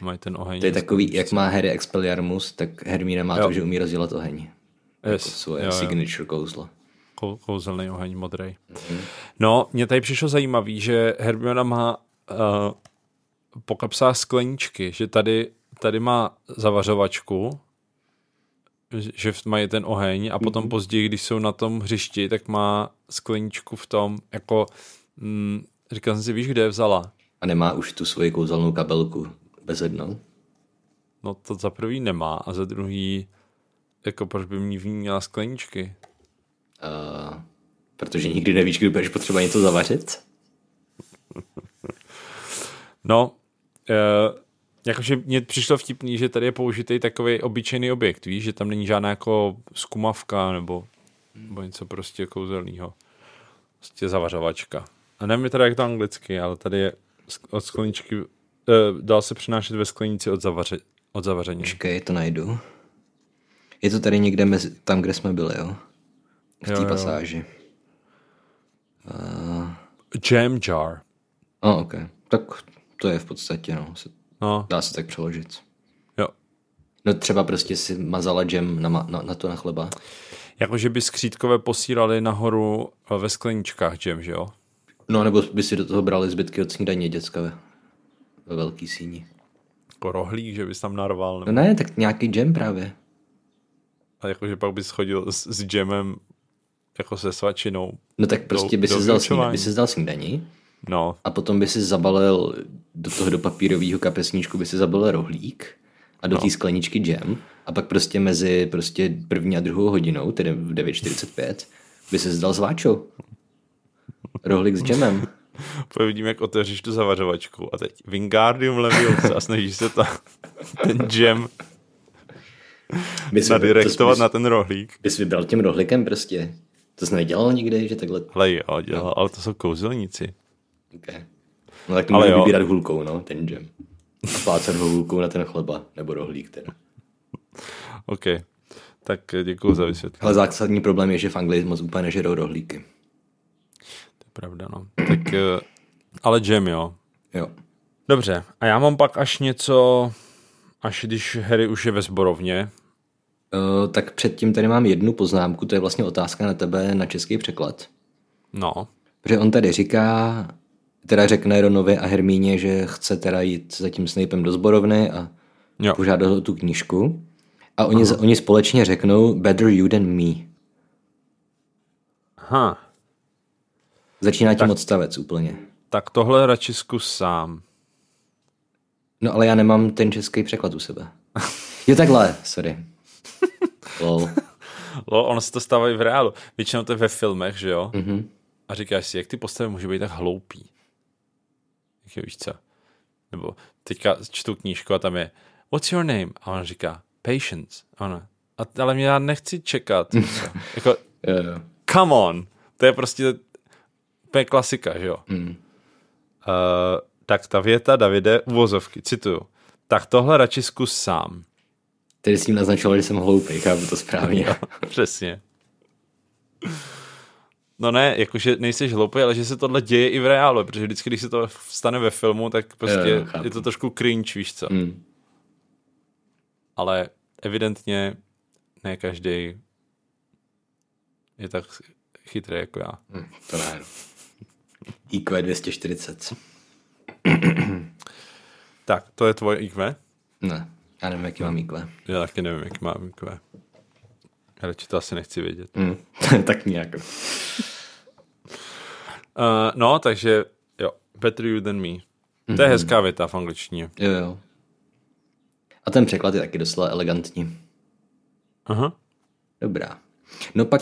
Speaker 4: Mají ten oheň.
Speaker 3: To je takový, jak má Harry Expelliarmus, tak Hermína má jo. to, že umí rozdělat oheň. Jako
Speaker 4: yes.
Speaker 3: svoje jo,
Speaker 4: jo.
Speaker 3: signature kouzlo.
Speaker 4: Kou- kouzelný oheň modrý. No, mě tady přišlo zajímavý, že Hermiona má uh, po kapsách skleničky, že tady, tady má zavařovačku, že v- mají ten oheň a potom později, když jsou na tom hřišti, tak má skleničku v tom, jako mm, říkal jsem si, víš, kde je vzala?
Speaker 3: A nemá už tu svoji kouzelnou kabelku bezednou.
Speaker 4: No to za prvý nemá a za druhý, jako proč by mě v ní měla skleničky?
Speaker 3: Uh, protože nikdy nevíš, kdy budeš potřeba něco zavařit.
Speaker 4: No, uh, jakože mně přišlo vtipný, že tady je použitý takový obyčejný objekt, víš, že tam není žádná jako skumavka nebo, nebo něco prostě kouzelného. Prostě zavařovačka. A nevím teda, jak to anglicky, ale tady je sk- od skleničky, uh, dal se přinášet ve sklenici od, zavaře, od zavaření.
Speaker 3: Počkej, to najdu. Je to tady někde mezi, tam, kde jsme byli, jo? V
Speaker 4: Jo,
Speaker 3: té
Speaker 4: jo.
Speaker 3: pasáži.
Speaker 4: Jam jar.
Speaker 3: No, ok. Tak to je v podstatě, no. Se-
Speaker 4: No,
Speaker 3: Dá se tak přeložit.
Speaker 4: jo.
Speaker 3: No třeba prostě si mazala džem na, ma- na, na to na chleba.
Speaker 4: Jakože by skřítkové posílali nahoru eh, ve skleničkách jam, že jo?
Speaker 3: No nebo by si do toho brali zbytky od snídaně děcka ve, ve velký síni.
Speaker 4: Jako rohlík, že bys tam narval. Nebo...
Speaker 3: No ne, tak nějaký džem právě.
Speaker 4: A jakože pak bys chodil s, s džemem jako se svačinou.
Speaker 3: No tak prostě
Speaker 4: Do-
Speaker 3: by
Speaker 4: do
Speaker 3: si zdal,
Speaker 4: vyučování.
Speaker 3: snídaní, by si zdal snídaní
Speaker 4: No,
Speaker 3: a potom by si zabalil do toho do papírového kapesníčku by si zabalil rohlík a
Speaker 4: No.
Speaker 3: do té skleničky džem a pak prostě mezi prostě první a druhou hodinou, tedy v 9.45, by si zdal s váčou. Rohlík s džemem.
Speaker 4: pak vidím, jak otevřeš tu zavařovačku a teď Wingardium Leviosa a snažíš se ta, ten džem
Speaker 3: By si-
Speaker 4: nadirektovat
Speaker 3: to-
Speaker 4: na ten rohlík.
Speaker 3: bys vybral tím rohlikem prostě. To jsi nedělal nikdy, že takhle...
Speaker 4: Ale jo, dělal, ale to jsou kouzelníci.
Speaker 3: Okay. No tak to
Speaker 4: Ale
Speaker 3: můžu
Speaker 4: jo.
Speaker 3: vybírat hulkou, no, ten džem. a plácat houkou na ten chleba, nebo rohlík teda.
Speaker 4: OK, tak děkuji za vysvětlení.
Speaker 3: Ale zásadní problém je, že v Anglii moc úplně nežerou rohlíky.
Speaker 4: To je pravda, no. Tak, eh, ale jam, jo.
Speaker 3: Jo.
Speaker 4: Dobře, a já mám pak až něco, až když Harry už je ve zborovně.
Speaker 3: Eh, tak předtím tady mám jednu poznámku, to je vlastně otázka na tebe na český překlad.
Speaker 4: No,
Speaker 3: Protože on tady říká, teda řekne Ronovi a Hermíně, že chce teda jít za tím Snapem do zborovny a
Speaker 4: jo.
Speaker 3: požádat o tu knížku. A oni, oni společně řeknou better you than me.
Speaker 4: Aha,
Speaker 3: Začíná tím tak. odstavec úplně.
Speaker 4: tak tohle radši zkus sám.
Speaker 3: No ale já nemám ten český překlad u sebe. Jo takhle, sorry. Lol.
Speaker 4: Lo, ono se to stává i v reálu. Většinou to je ve filmech, že jo? Mm-hmm. A říkáš si, jak ty postavy může být tak hloupý? Jak je, víš co? Nebo teďka čtu knížku a tam je What's your name? A ona říká Patience. A ona, a, ale mě já nechci čekat. Víš co? jako,
Speaker 3: Jo, jo.
Speaker 4: come on. To je prostě, to je klasika, že jo? Mm. Uh, tak ta věta Davide, uvozovky, cituju. Tak tohle radši zkus sám.
Speaker 3: Tedy s tím naznačoval, že jsem hloupý, chápu to správně.
Speaker 4: Přesně. No ne, jakože nejsi hloupý, ale že se tohle děje i v reálu, protože vždycky, když se to stane ve filmu, tak prostě
Speaker 3: Jo, jo, chápu.
Speaker 4: je to trošku cringe, víš co.
Speaker 3: Mm.
Speaker 4: Ale evidentně ne každý je tak chytrý jako já.
Speaker 3: Hm, To ne. IQ 240.
Speaker 4: Tak, to je tvoje IQ?
Speaker 3: Ne, já nevím, jaký mám IQ.
Speaker 4: Já taky nevím, jak mám IQ. Radši to asi nechci vědět.
Speaker 3: Hm. tak nějak.
Speaker 4: Uh, no, takže jo, better you than me. To
Speaker 3: Hmm.
Speaker 4: je hezká věta v angličtině.
Speaker 3: Jo, jo. A ten překlad je taky docela elegantní.
Speaker 4: Aha.
Speaker 3: Dobrá. No pak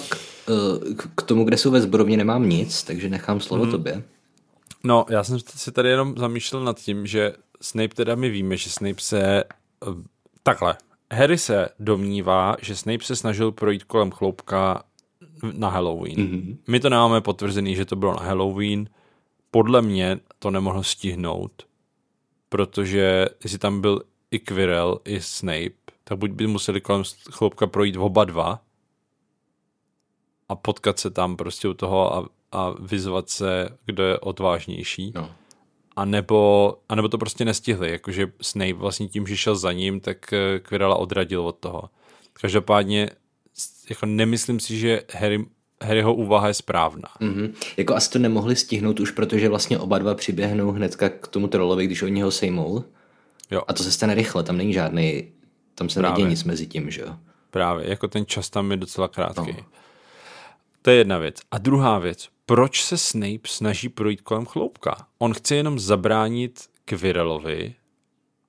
Speaker 3: eh, k- k tomu, kde jsou ve zborovně, nemám nic, takže nechám slovo
Speaker 4: Mhm.
Speaker 3: mm. tobě.
Speaker 4: No, já jsem se tady jenom zamýšlel nad tím, že Snape teda my víme, že Snape se... eh, Takhle. Harry se domnívá, že Snape se snažil projít kolem chloupka na Halloween. Mm-hmm. My to nemáme potvrzený, že to bylo na Halloween. Podle mě to nemohl stihnout, protože jestli tam byl i Quirrell, i Snape, tak buď by museli kolem chloupka projít oba dva a potkat se tam prostě u toho a, a vyzvat se, kdo je odvážnější
Speaker 3: No.
Speaker 4: a nebo, a nebo to prostě nestihli, jakože Snape vlastně tím, že šel za ním, tak eh, Quirrella odradil od toho. Každopádně s- jako nemyslím si, že Harry, Harryho úvaha je správná.
Speaker 3: Mhm. Jako asi to nemohli stihnout už, protože vlastně oba dva přiběhnou hnedka k tomu trolovi, když od něho sejmou.
Speaker 4: Jo,
Speaker 3: A to se stane rychle, tam není žádný, tam se neděje nic mezi tím, že jo.
Speaker 4: právě, jako ten čas tam je docela krátký. No. To je jedna věc. A druhá věc, proč se Snape snaží projít kolem chloupka? On chce jenom zabránit Quirrellovi,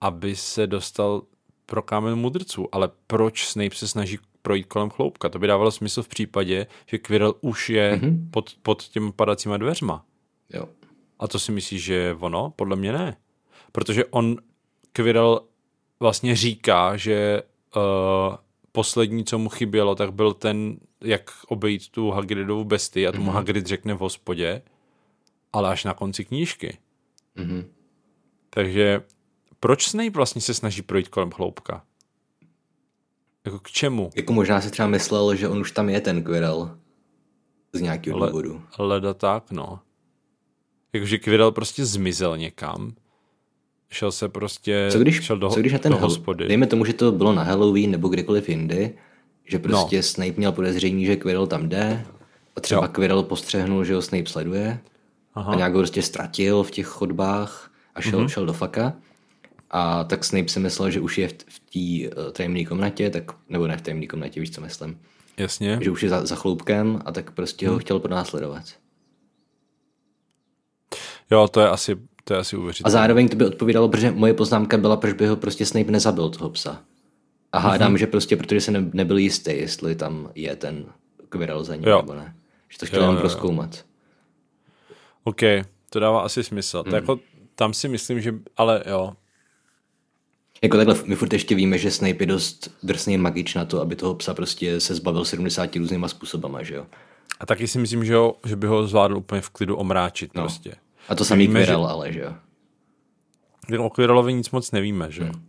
Speaker 4: aby se dostal pro kámen mudrců, ale proč Snape se snaží projít kolem chloupka? To by dávalo smysl v případě, že Quirrell už je mm-hmm. pod, pod těmi padacíma dveřma.
Speaker 3: Jo.
Speaker 4: A to si myslíš, že je ono? Podle mě ne. Protože on, Quirrell, vlastně říká, že uh, poslední, co mu chybělo, tak byl ten, jak obejít tu Hagridovu bestii a tomu mm-hmm. Hagrid řekne v hospodě, ale až na konci knížky. Mm-hmm. Takže proč Snape vlastně se snaží projít kolem chloupka? Jako k čemu?
Speaker 3: Jako možná si třeba myslel, že on už tam je ten Quirrell. Z nějakého ale... důvodu.
Speaker 4: Leda tak, no. Jakože Quirrell prostě zmizel někam. Šel se prostě...
Speaker 3: Co když,
Speaker 4: šel do,
Speaker 3: co když na ten
Speaker 4: do
Speaker 3: Hall-
Speaker 4: hospody.
Speaker 3: Dejme tomu, že to bylo na Halloween nebo kdykoliv jindy, že prostě no. Snape měl podezření, že Quirrell tam jde a třeba jo. Quirrell postřehnul, že ho Snape sleduje Aha. a nějak ho prostě ztratil v těch chodbách a šel,
Speaker 4: Mhm.
Speaker 3: mm-hmm. šel do faka. A tak Snape si myslel, že už je v, v té eh, tajemné komnatě, tak, nebo ne v tajemné komnatě, víš, co myslím.
Speaker 4: Jasně.
Speaker 3: Že už je za, za chloupkem a tak prostě
Speaker 4: Mhm.
Speaker 3: ho chtěl pronásledovat.
Speaker 4: Jo, to je asi, to je asi
Speaker 3: A
Speaker 4: uvěřitelné.
Speaker 3: zároveň to by odpovídalo, protože moje poznámka byla, proč by ho prostě Snape nezabil toho psa. A hádám, mm-hmm. že prostě, protože se ne, nebyl jistý, jestli tam je ten Quirrell za ním,
Speaker 4: Jo.
Speaker 3: nebo ne. Že to chtěl
Speaker 4: Jo,
Speaker 3: jenom
Speaker 4: jo, jo.
Speaker 3: proskoumat.
Speaker 4: OK, to dává asi smysl.
Speaker 3: Hmm.
Speaker 4: To jako, tam si myslím, že... Ale jo.
Speaker 3: Jako takhle, my furt ještě víme, že Snape je dost drsný magič na to, aby toho psa prostě se zbavil 70 různýma způsobama, že jo.
Speaker 4: A taky si myslím, že, ho, že by ho zvládl úplně v klidu omráčit no. prostě.
Speaker 3: A to samý
Speaker 4: Víme, že-
Speaker 3: Quirrell, ale že jo.
Speaker 4: Jako o Quirrellovi nic moc nevíme, že? Hmm.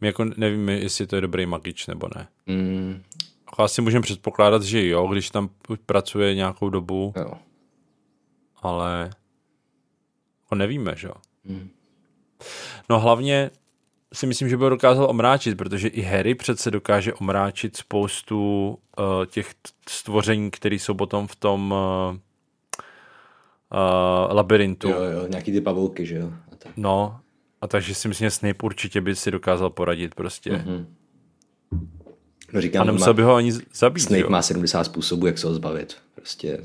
Speaker 4: My jako nevíme, jestli to je dobrý magič nebo ne.
Speaker 3: Mm,
Speaker 4: Jako asi můžeme předpokládat, že jo, když tam pracuje nějakou dobu,
Speaker 3: jo.
Speaker 4: ale ho nevíme, že jo.
Speaker 3: Hmm.
Speaker 4: No hlavně si myslím, že by ho dokázal omráčit, protože i Harry přece dokáže omráčit spoustu uh, těch t- stvoření, které jsou potom v tom uh, uh, labirintu.
Speaker 3: jo, jo, nějaký ty pavouky, že jo. A tak.
Speaker 4: No, a takže si myslím, že Snape určitě by si dokázal poradit prostě.
Speaker 3: Mhm.
Speaker 4: Mm-hmm.
Speaker 3: No
Speaker 4: A
Speaker 3: říkám, on má,
Speaker 4: nemusel by ho ani z- zabít.
Speaker 3: Snape
Speaker 4: jo?
Speaker 3: má 70 způsobů, jak se ho zbavit. Prostě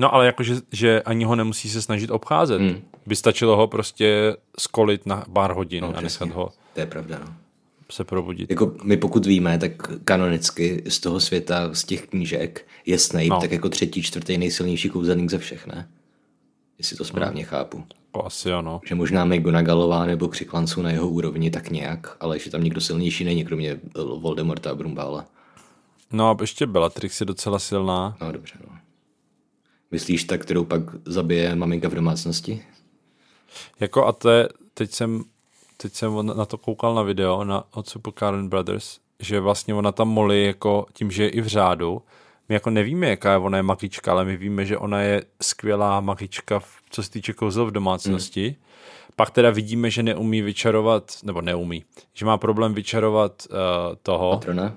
Speaker 4: No ale jakože že ani ho nemusí se snažit obcházet. Mm.
Speaker 3: Hmm.
Speaker 4: By stačilo ho prostě skolit na pár hodin no, a nechat ho
Speaker 3: to je pravda, no.
Speaker 4: se probudit.
Speaker 3: Jako my pokud víme, tak kanonicky z toho světa, z těch knížek, je Snape
Speaker 4: No.
Speaker 3: no. tak jako třetí, čtvrtý nejsilnější kouzelník ze všech, ne? Jestli to správně no. chápu.
Speaker 4: Jako asi ano.
Speaker 3: Že možná McGonagallová nebo Křiklan jsou na jeho úrovni tak nějak, ale že tam někdo silnější není, kromě eh, Voldemorta a Brumbála.
Speaker 4: No a ještě Bellatrix je docela silná.
Speaker 3: No dobře, no. Myslíš ta, kterou pak zabije maminka v domácnosti?
Speaker 4: Jako a to je, teď jsem, teď jsem on- na to koukal na video na, od Super Karen Brothers, že vlastně ona tam Molly jako tím, že je i v řádu, my jako nevíme, jaká je ona je magička, ale my víme, že ona je skvělá magička, v, co se týče kouzel v
Speaker 3: Hmm.
Speaker 4: domácnosti. Mm. Pak teda vidíme, že neumí vyčarovat, nebo neumí, že má problém vyčarovat uh, toho,
Speaker 3: Trona?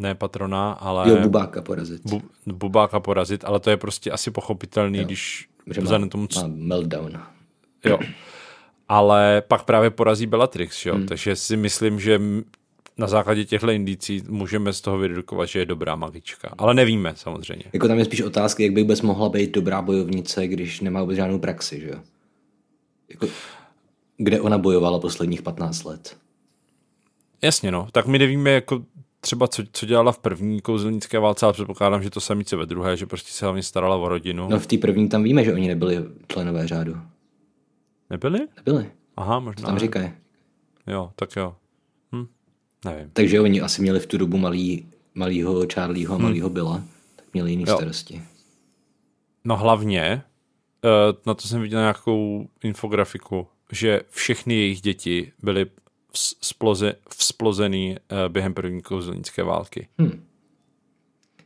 Speaker 4: ne patrona, ale
Speaker 3: Jo, bubáka porazit. Eh, Bu-
Speaker 4: bu, bubáka porazit, ale to je prostě asi pochopitelný, jo. když vzhledem tomu, co
Speaker 3: Má meltdown.
Speaker 4: Jo. Ale pak právě porazí Bellatrix, jo. Hmm. Takže si myslím, že m- na základě těchto indicí můžeme z toho vydedukovat, že je dobrá magička. Ale nevíme samozřejmě.
Speaker 3: Jako tam je spíš otázka, jak by vůbec mohla být dobrá bojovnice, když nemá vůbec žádnou praxi, že jo? Jako, kde ona bojovala posledních 15 let?
Speaker 4: Jasně, no. Tak my nevíme, jako třeba co, co dělala v první kouzelnické válce, ale předpokládám, že to samice ve druhé, že prostě se hlavně starala o rodinu. No.
Speaker 3: No v té první tam víme, že oni nebyli členové řádu.
Speaker 4: Nebyli?
Speaker 3: Nebyli,
Speaker 4: Aha, možná.
Speaker 3: tam
Speaker 4: ne.
Speaker 3: říkají.
Speaker 4: Jo, tak jo. Hm. Nevím.
Speaker 3: Takže oni asi měli v tu dobu malý, malýho Charlieho a malýho Billa, tak měli jiný
Speaker 4: Hmm. Jo.
Speaker 3: starosti.
Speaker 4: No hlavně, eh, na to jsem viděl nějakou infografiku, že všechny jejich děti byly vz- sploze, vzplozený eh, během první kouzelnické války.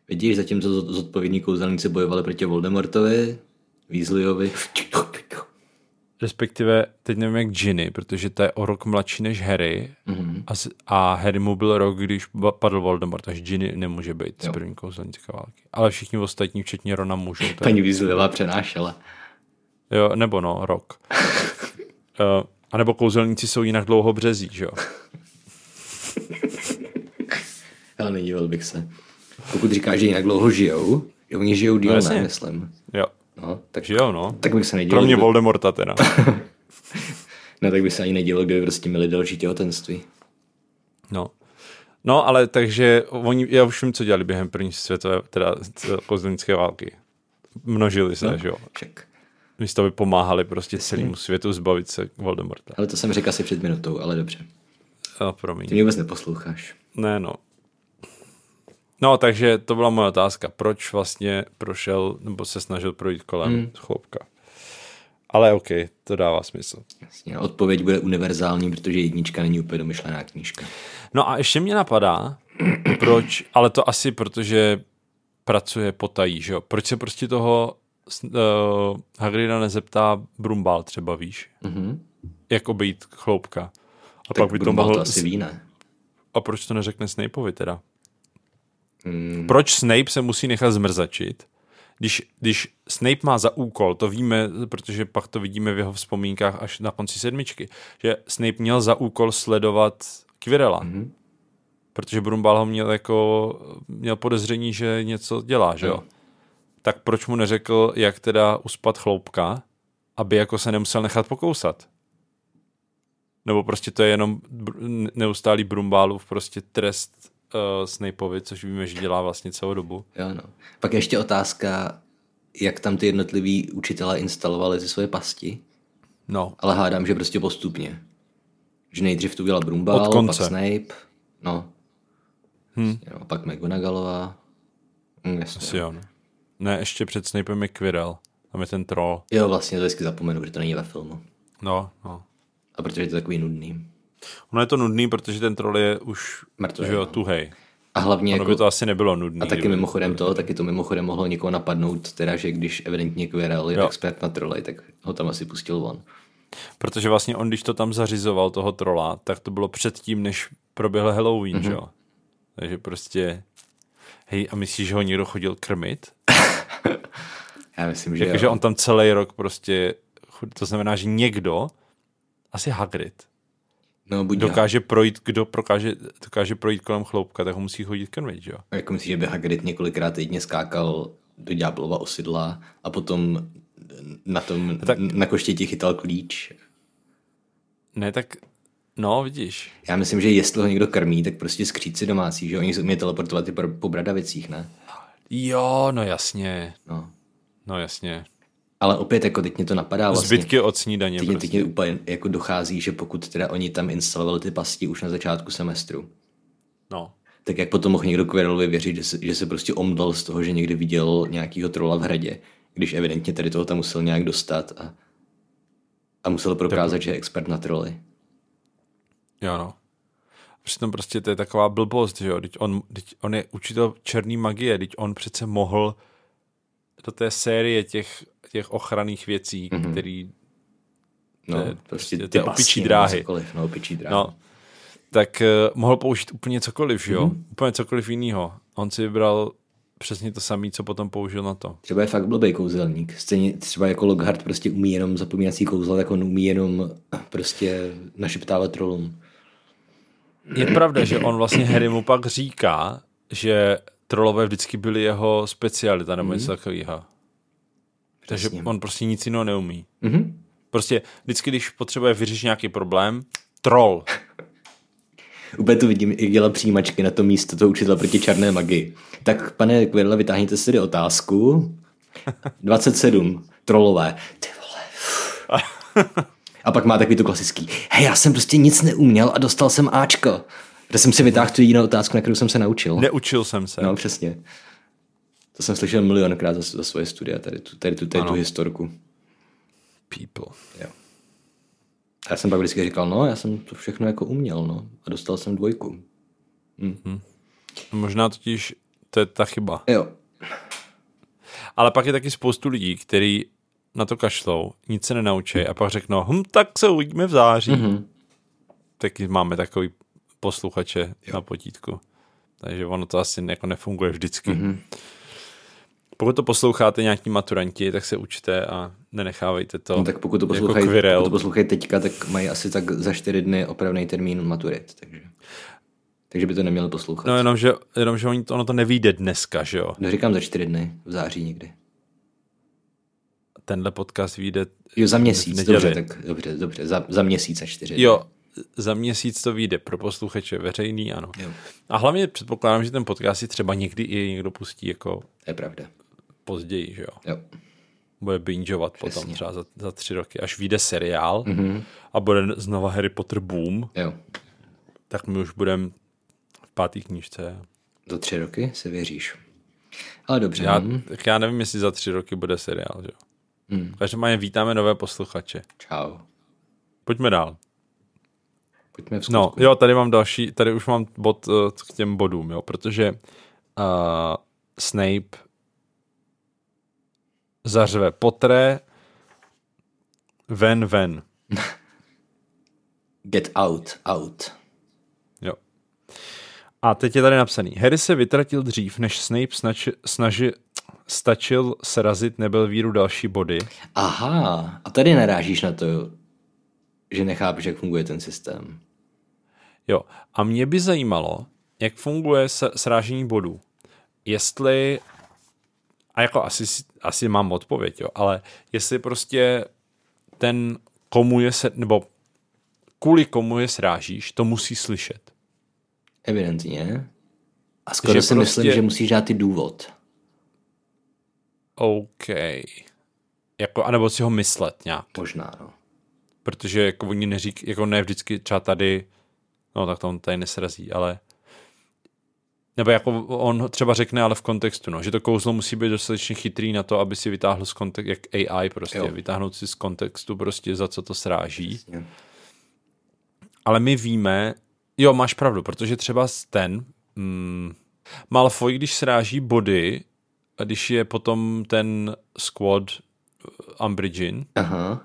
Speaker 3: Vidíš, zatímco zod- zodpovědní kouzelníci bojovali proti Voldemortovi, Weasleyovi.
Speaker 4: Respektive, teď nevím jak Ginny, protože ta je o rok mladší než Harry mm-hmm. a, s- a Harry mu byl rok, když ba- padl Voldemort, takže Ginny nemůže být z první kouzelnické války. Ale všichni ostatní, včetně Rona, můžou. To je
Speaker 3: Paní Weasleyová přenášela.
Speaker 4: Jo, nebo no, rok. uh, a nebo kouzelníci jsou jinak dlouho březí, že jo?
Speaker 3: Ale nedíval bych se. Pokud říkáš, že jinak dlouho žijou, že oni žijou díl,
Speaker 4: jasně.
Speaker 3: ne, myslím.
Speaker 4: Jo,
Speaker 3: No, tak,
Speaker 4: že jo, no.
Speaker 3: tak bych se nedíval.
Speaker 4: Kromě
Speaker 3: kdo-
Speaker 4: Voldemorta teda.
Speaker 3: No, tak by se ani nedělo, kdyby prostě měli další těhotenství.
Speaker 4: No. No, ale takže oni, já už vím, co dělali během první světové, teda kozlenické války. Množili se, no. že jo.
Speaker 3: Však.
Speaker 4: Místo by pomáhali prostě celému světu zbavit se Voldemorta.
Speaker 3: Ale to jsem řekl asi před minutou, ale dobře.
Speaker 4: A promiň.
Speaker 3: Ty mě vůbec neposloucháš.
Speaker 4: Ne, no. No, takže to byla moje otázka. Proč vlastně prošel, nebo se snažil projít kolem mm. chloupka? Ale OK, to dává smysl.
Speaker 3: Jasně, odpověď bude univerzální, protože jednička není úplně domyšlená knížka.
Speaker 4: No a ještě mě napadá, proč, ale to asi protože pracuje potají, že jo? Proč se prostě toho s- eh, Hagrida nezeptá Brumbal třeba, víš?
Speaker 3: Mhm.
Speaker 4: Jak obejít chloupka. A
Speaker 3: Tak
Speaker 4: pak by to
Speaker 3: Brumbal
Speaker 4: mohl...
Speaker 3: to asi ví, ne?
Speaker 4: A proč to neřekne Snapeovi teda? Hmm. Proč Snape se musí nechat zmrzačit? Když, když Snape má za úkol, to víme, protože pak to vidíme v jeho vzpomínkách až na konci sedmičky, že Snape měl za úkol sledovat Quirrella. Hmm. Protože Brumbal ho měl jako, měl podezření, že něco dělá, že jo?
Speaker 3: Hmm.
Speaker 4: Tak proč mu neřekl, jak teda uspat chloupka, aby jako se nemusel nechat pokousat? Nebo prostě to je jenom br- neustálý brumbálův prostě trest uh, Snapeovi, což víme, že dělá vlastně celou dobu.
Speaker 3: Jo, no. Pak ještě otázka, jak tam ty jednotliví učitelé instalovali ty svoje pasti,
Speaker 4: No.
Speaker 3: ale hádám, že prostě postupně. Že nejdřív to udělal Brumbal,
Speaker 4: Od konce. Hm.
Speaker 3: pak Snape, no. Hmm. Jo, pak McGonagallová. Mm, jasně.
Speaker 4: Asi jo, no. Ne, ještě před Snapem je Quirrell. Tam je ten troll.
Speaker 3: Jo, vlastně to vždycky zapomenu, protože to není ve filmu.
Speaker 4: No, no.
Speaker 3: A protože je to takový nudný.
Speaker 4: Ono je to nudný, protože ten troll je už
Speaker 3: Mrtvý,
Speaker 4: že jo,
Speaker 3: no.
Speaker 4: tuhej.
Speaker 3: A hlavně
Speaker 4: Ono
Speaker 3: jako,
Speaker 4: by to asi nebylo nudný.
Speaker 3: a taky
Speaker 4: kdyby-
Speaker 3: mimochodem to, taky to mimochodem mohlo někoho napadnout, teda, že když evidentně QRL je
Speaker 4: Jo.
Speaker 3: expert na trolej, tak ho tam asi pustil von.
Speaker 4: Protože vlastně on, když to tam zařizoval, toho trola, tak to bylo předtím, než proběhl Halloween, mm-hmm. že jo? Takže prostě, hej, a myslíš, že ho někdo chodil krmit?
Speaker 3: Já myslím, že
Speaker 4: Jakože
Speaker 3: jo.
Speaker 4: on tam celý rok prostě, chod- to znamená, že někdo, asi Hagrid,
Speaker 3: No, buď dokáže...
Speaker 4: dokáže projít, kdo prokáže, dokáže projít kolem chloupka, tak ho musí chodit krmit, že jo?
Speaker 3: Jako myslím, že by Hagrid několikrát týdně skákal do ďáblova osidla a potom na tom, tak...
Speaker 4: No Tak-
Speaker 3: na koštěti chytal klíč.
Speaker 4: Ne, tak, no, vidíš.
Speaker 3: Já myslím, že jestli ho někdo krmí, tak prostě skříci domácí, že jo? oni se umějí teleportovat i po- po bradavicích, ne?
Speaker 4: Jo, no jasně,
Speaker 3: No.
Speaker 4: no jasně.
Speaker 3: Ale opět, jako teď mě to napadá vlastně.
Speaker 4: Zbytky od snídaně.
Speaker 3: Teď, mě-
Speaker 4: prostě.
Speaker 3: teď mě úplně jako dochází, že pokud teda oni tam instalovali ty pasti už na začátku semestru,
Speaker 4: No.
Speaker 3: tak jak potom mohl někdo Quirrellovi věřit, že se, že se prostě omdal z toho, že někdy viděl nějakýho trola v hradě, když evidentně tady toho tam musel nějak dostat a, a musel prokázat, že je expert na troly.
Speaker 4: Jo, no. Přitom prostě to je taková blbost, že jo? Teď on, teď on je učitel černý magie, teď on přece mohl do té série těch, těch ochranných věcí, mm-hmm. který,
Speaker 3: No,
Speaker 4: To je-
Speaker 3: prostě
Speaker 4: to je
Speaker 3: ty
Speaker 4: opičí
Speaker 3: pasti, nebo
Speaker 4: dráhy.
Speaker 3: Cokoliv, no, opičí dráhy.
Speaker 4: no, tak uh, mohl použít úplně cokoliv, že jo? Mm-hmm. Úplně cokoliv jiného. On si vybral přesně to samé, co potom použil na to.
Speaker 3: Třeba je fakt blbej kouzelník. Stejně třeba jako Lockhart prostě umí jenom zapomínací kouzla, tak on umí jenom prostě našeptávat trolům.
Speaker 4: Je pravda, že on vlastně Harry mu pak říká, že trolové vždycky byli jeho specialita nebo něco takového. Takže
Speaker 3: Mhm. Přesně.
Speaker 4: on prostě nic jiného neumí.
Speaker 3: Mhm.
Speaker 4: Prostě vždycky, když potřebuje vyřešit nějaký problém, troll.
Speaker 3: Úplně tu vidím, jak dělá přijímačky na to místo toho učitele proti černé magii. Tak, pane Quirle, vytáhněte si tedy otázku. 27. Trolové. Ty vole. A pak má takový to klasický. Hej, já jsem prostě nic neuměl a dostal jsem Ačko. Kde jsem si vytáhl tu jedinou otázku, na kterou jsem se naučil.
Speaker 4: Neučil jsem se.
Speaker 3: No, přesně. To jsem slyšel milionkrát za, za svoje studia, tady tu, tady tu, tady tu historku.
Speaker 4: People.
Speaker 3: Jo. A Já jsem pak vždycky říkal, no, já jsem to všechno jako uměl, no, a dostal jsem dvojku.
Speaker 4: Možná totiž to je ta chyba.
Speaker 3: Jo.
Speaker 4: Ale pak je taky spoustu lidí, kteří na to kašlou, nic se nenaučí a pak řeknou, hm, tak se uvidíme v září.
Speaker 3: Mhm.
Speaker 4: Mm-hmm. Taky máme takový posluchače jo. na potítku. Takže ono to asi jako nefunguje vždycky.
Speaker 3: Mhm.
Speaker 4: Mm-hmm. Pokud to posloucháte nějaký maturanti, tak se učte a nenechávejte to
Speaker 3: No, tak pokud to
Speaker 4: jako
Speaker 3: poslouchají
Speaker 4: kvirel.
Speaker 3: jako poslouchaj teďka, tak mají asi tak za čtyři dny opravný termín maturit, takže, takže by to neměli poslouchat.
Speaker 4: No
Speaker 3: No,
Speaker 4: jenom, že, jenom, že oni to, ono to nevíde dneska, že jo?
Speaker 3: no. Říkám za čtyři dny, v září někdy.
Speaker 4: Tenhle podcast vyjde...
Speaker 3: Jo, za
Speaker 4: v
Speaker 3: měsíc,
Speaker 4: neděli.
Speaker 3: dobře, tak dobře, dobře, za, za měsíc za čtyři dny.
Speaker 4: Jo, za měsíc to vyjde pro posluchače veřejný, ano.
Speaker 3: jo.
Speaker 4: A hlavně předpokládám, že ten podcast si třeba někdy i někdo pustí jako
Speaker 3: To je pravda.
Speaker 4: později, že jo?
Speaker 3: Jo.
Speaker 4: Bude bingeovat Přesně. potom třeba za, za tři roky, až vyjde seriál mm-hmm. a bude znova Harry Potter boom,
Speaker 3: Jo.
Speaker 4: tak my už budeme v páté knížce.
Speaker 3: Do tři roky se věříš. Ale dobře.
Speaker 4: Já,
Speaker 3: no.
Speaker 4: mm-hmm. Tak já nevím, jestli za tři roky bude seriál, že jo? Mm. Každopádně vítáme nové posluchače.
Speaker 3: Čau.
Speaker 4: Pojďme dál.
Speaker 3: Pojďme v
Speaker 4: No, jo, tady mám další, tady už mám bod eh, k těm bodům, jo, protože uh, Snape zařve potré ven, ven,
Speaker 3: Get out, out.
Speaker 4: jo. A teď je tady napsaný. Harry se vytratil dřív, než Snape snači, snaži, stačil srazit nebyl víru další body.
Speaker 3: Aha, a tady narážíš na to, že nechápeš, jak funguje ten systém.
Speaker 4: Jo, a mě by zajímalo, jak funguje s- srážení bodů. Jestli, a jako asi, si- asi mám odpověď, jo, ale jestli prostě ten, komu je se, nebo kvůli komu je srážíš, to musí slyšet.
Speaker 3: Evidentně. A skoro
Speaker 4: Že
Speaker 3: si
Speaker 4: prostě-
Speaker 3: myslím, že musíš dát i důvod.
Speaker 4: OK. Jako, anebo si ho myslet nějak.
Speaker 3: Možná, no.
Speaker 4: protože jako oni neřík, jako ne vždycky třeba tady, no tak to on tady nesrazí, ale nebo jako on ho třeba řekne, ale v kontextu, no, že to kouzlo musí být dostatečně chytrý na to, aby si vytáhl z kontextu, jak AI prostě,
Speaker 3: Jo.
Speaker 4: jo. vytáhnout si z kontextu prostě za co to sráží.
Speaker 3: Jasně.
Speaker 4: ale my víme, jo, máš pravdu, protože třeba ten mm, Malfoy, když sráží body, a když je potom ten squad eh, Umbridgein,
Speaker 3: Aha.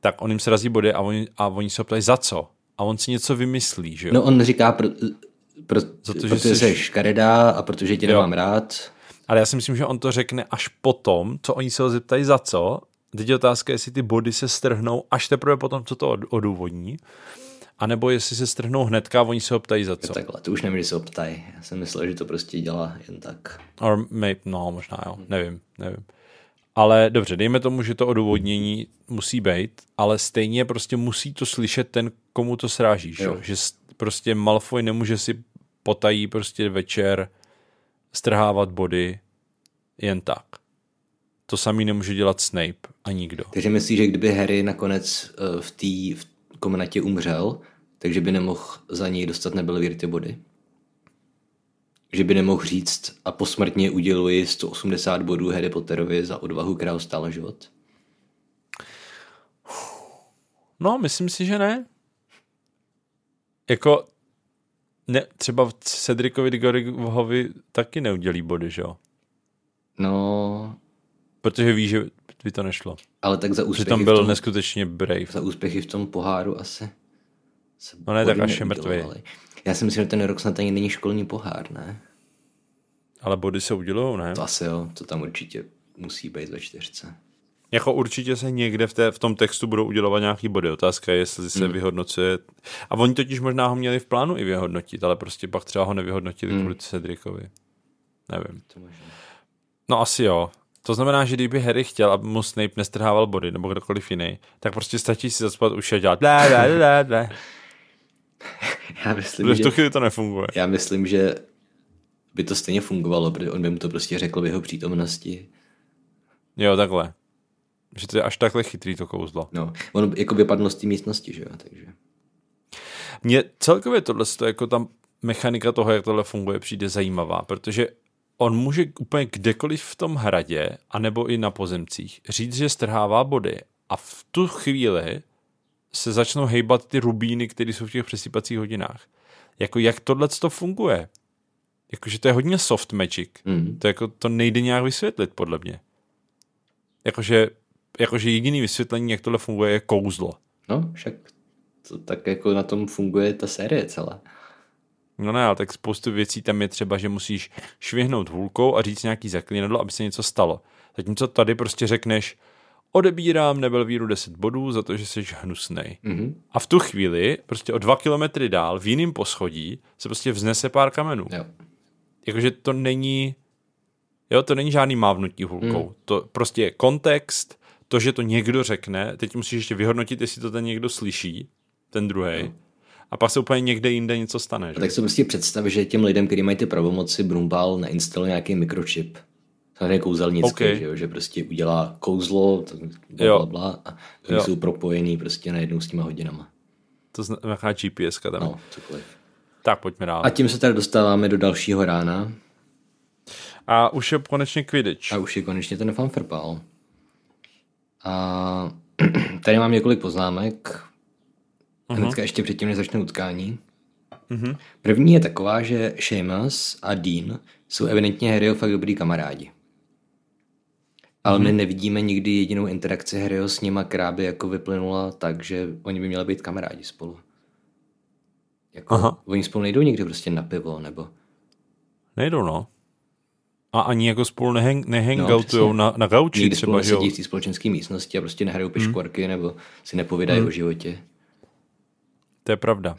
Speaker 4: tak on jim srazí body a oni, a oni se ho ptají za co? A on si něco vymyslí, že jo?
Speaker 3: No on říká, pro, pro,
Speaker 4: to, že
Speaker 3: protože
Speaker 4: jsi-
Speaker 3: jsi škaredá a protože tě
Speaker 4: Jo.
Speaker 3: nemám rád.
Speaker 4: Ale já si myslím, že on to řekne až potom, co oni se ho zeptají za co. Teď je otázka, jestli ty body se strhnou až teprve potom, co to od- odůvodní. A nebo jestli se strhnou hnedka a oni se ho ptají za co.
Speaker 3: Takhle, to už nevím, že se optají. Já jsem myslel, že to prostě dělá jen tak.
Speaker 4: Or maybe, no, možná jo, nevím, nevím. Ale dobře, dejme tomu, že to odůvodnění musí být, ale stejně prostě musí to slyšet ten, komu to srážíš. Jo. Že s- prostě Malfoy nemůže si potají prostě večer strhávat body jen tak. To samý nemůže dělat Snape a nikdo.
Speaker 3: Takže myslíš, že kdyby Harry nakonec eh, v té v komnatě umřel, takže by nemohl za něj dostat nebelvír ty body? Že by nemohl říct a posmrtně uděluji 180 bodů Harry Potterovi za odvahu, která ho stála život?
Speaker 4: No, myslím si, že ne. Jako ne, třeba Cedricovi Diggoryhovi taky neudělí body, že jo?
Speaker 3: No,
Speaker 4: Protože ví, že by to nešlo.
Speaker 3: ale tak za
Speaker 4: Že
Speaker 3: úspěchy,
Speaker 4: tam byl
Speaker 3: v, tom,
Speaker 4: neskutečně brave.
Speaker 3: za úspěchy v tom poháru asi. se
Speaker 4: No ne,
Speaker 3: body
Speaker 4: tak až je mrtvý.
Speaker 3: neudělovaly. Já si myslím, že ten rok snad ani není školní pohár, ne?
Speaker 4: Ale body se udělou, ne?
Speaker 3: To asi jo, to tam určitě musí být ve čtyřce.
Speaker 4: Jako určitě se někde v, té, v tom textu budou udělovat nějaký body. Otázka je, jestli
Speaker 3: Hmm.
Speaker 4: se vyhodnocuje. A oni totiž možná ho měli v plánu i vyhodnotit, ale prostě pak třeba ho nevyhodnotili kvůli Cedricovi. Nevím.
Speaker 3: Hmm. To možná.
Speaker 4: No asi jo. To znamená, že kdyby Harry chtěl, aby mu Snape nestrhával body, nebo kdokoliv jiný, tak prostě stačí si zacpat uši a dělat da, da, da, da.
Speaker 3: Já myslím,
Speaker 4: Protože v
Speaker 3: že...
Speaker 4: tu chvíli to nefunguje.
Speaker 3: Já myslím, že by to stejně fungovalo, protože on by mu to prostě řekl v jeho přítomnosti.
Speaker 4: Jo, takhle. Že to je až takhle chytrý to kouzlo.
Speaker 3: No, on jako vypadl z té místnosti, že jo, takže.
Speaker 4: Mně celkově tohle, jako tam mechanika toho, jak tohle funguje, přijde zajímavá, protože on může úplně kdekoliv v tom hradě, anebo i na pozemcích, říct, že strhává body a v tu chvíli se začnou hejbat ty rubíny, které jsou v těch přesypacích hodinách. Jako jak tohle to funguje? Jakože to je hodně soft magic.
Speaker 3: Mm.
Speaker 4: To, jako, to nejde nějak vysvětlit, podle mě. Jakože, jakože jediný vysvětlení, jak tohle funguje, je kouzlo.
Speaker 3: No, však to tak jako na tom funguje ta série celá.
Speaker 4: No ne, ale tak spoustu věcí tam je třeba, že musíš švihnout hůlkou a říct nějaký zaklinadlo, aby se něco stalo. Zatímco tady prostě řekneš, odebírám nebelvíru 10 bodů za to, že jsi hnusnej.
Speaker 3: Mhm.
Speaker 4: A v tu chvíli, prostě o dva kilometry dál, v jiném poschodí, se prostě vznese pár kamenů.
Speaker 3: Jo.
Speaker 4: Jakože to není, jo, to není žádný mávnutí hůlkou. To prostě je kontext, to, že to někdo řekne, teď musíš ještě vyhodnotit, jestli to ten někdo slyší, ten druhý. A pak se úplně někde jinde něco stane.
Speaker 3: A
Speaker 4: Že?
Speaker 3: tak si prostě představ, že těm lidem, kteří mají ty pravomoci, Brumbal nainstaluje nějaký mikročip. Samozřejmě kouzelnický,
Speaker 4: Okay.
Speaker 3: že, jo? že prostě udělá kouzlo, to,
Speaker 4: Jo.
Speaker 3: bla, bla, bla, a oni
Speaker 4: Jo.
Speaker 3: jsou propojený prostě najednou s těma hodinama.
Speaker 4: To zna- nějaká GPS tam. No.
Speaker 3: No, cokoliv.
Speaker 4: Tak pojďme dál.
Speaker 3: A
Speaker 4: A,
Speaker 3: tím se teda dostáváme do dalšího rána
Speaker 4: a už je konečně Quidditch.
Speaker 3: A už je konečně ten fanfrpal. A tady mám několik poznámek.
Speaker 4: Mhm.
Speaker 3: Hnedka ještě předtím, než začne utkání. První je taková, že Seamus a Dean jsou evidentně Harryho fakt dobrý kamarádi. Ale
Speaker 4: Mhm.
Speaker 3: my nevidíme nikdy jedinou interakci Harryho s nima, která by jako vyplynula tak, že oni by měli být kamarádi spolu. Jako,
Speaker 4: Aha.
Speaker 3: Oni spolu nejdou někde prostě na pivo, nebo...
Speaker 4: Nejdou, no. A ani jako spolu nehang,
Speaker 3: No,
Speaker 4: nehangoutujou
Speaker 3: přesně.
Speaker 4: na, na gauči
Speaker 3: Nikdy spolu
Speaker 4: třeba, že jo. Mhm.
Speaker 3: nesedí v té společenské místnosti a prostě nehrajou piškvorky nebo si nepovídají o životě. Prostě.
Speaker 4: To je pravda.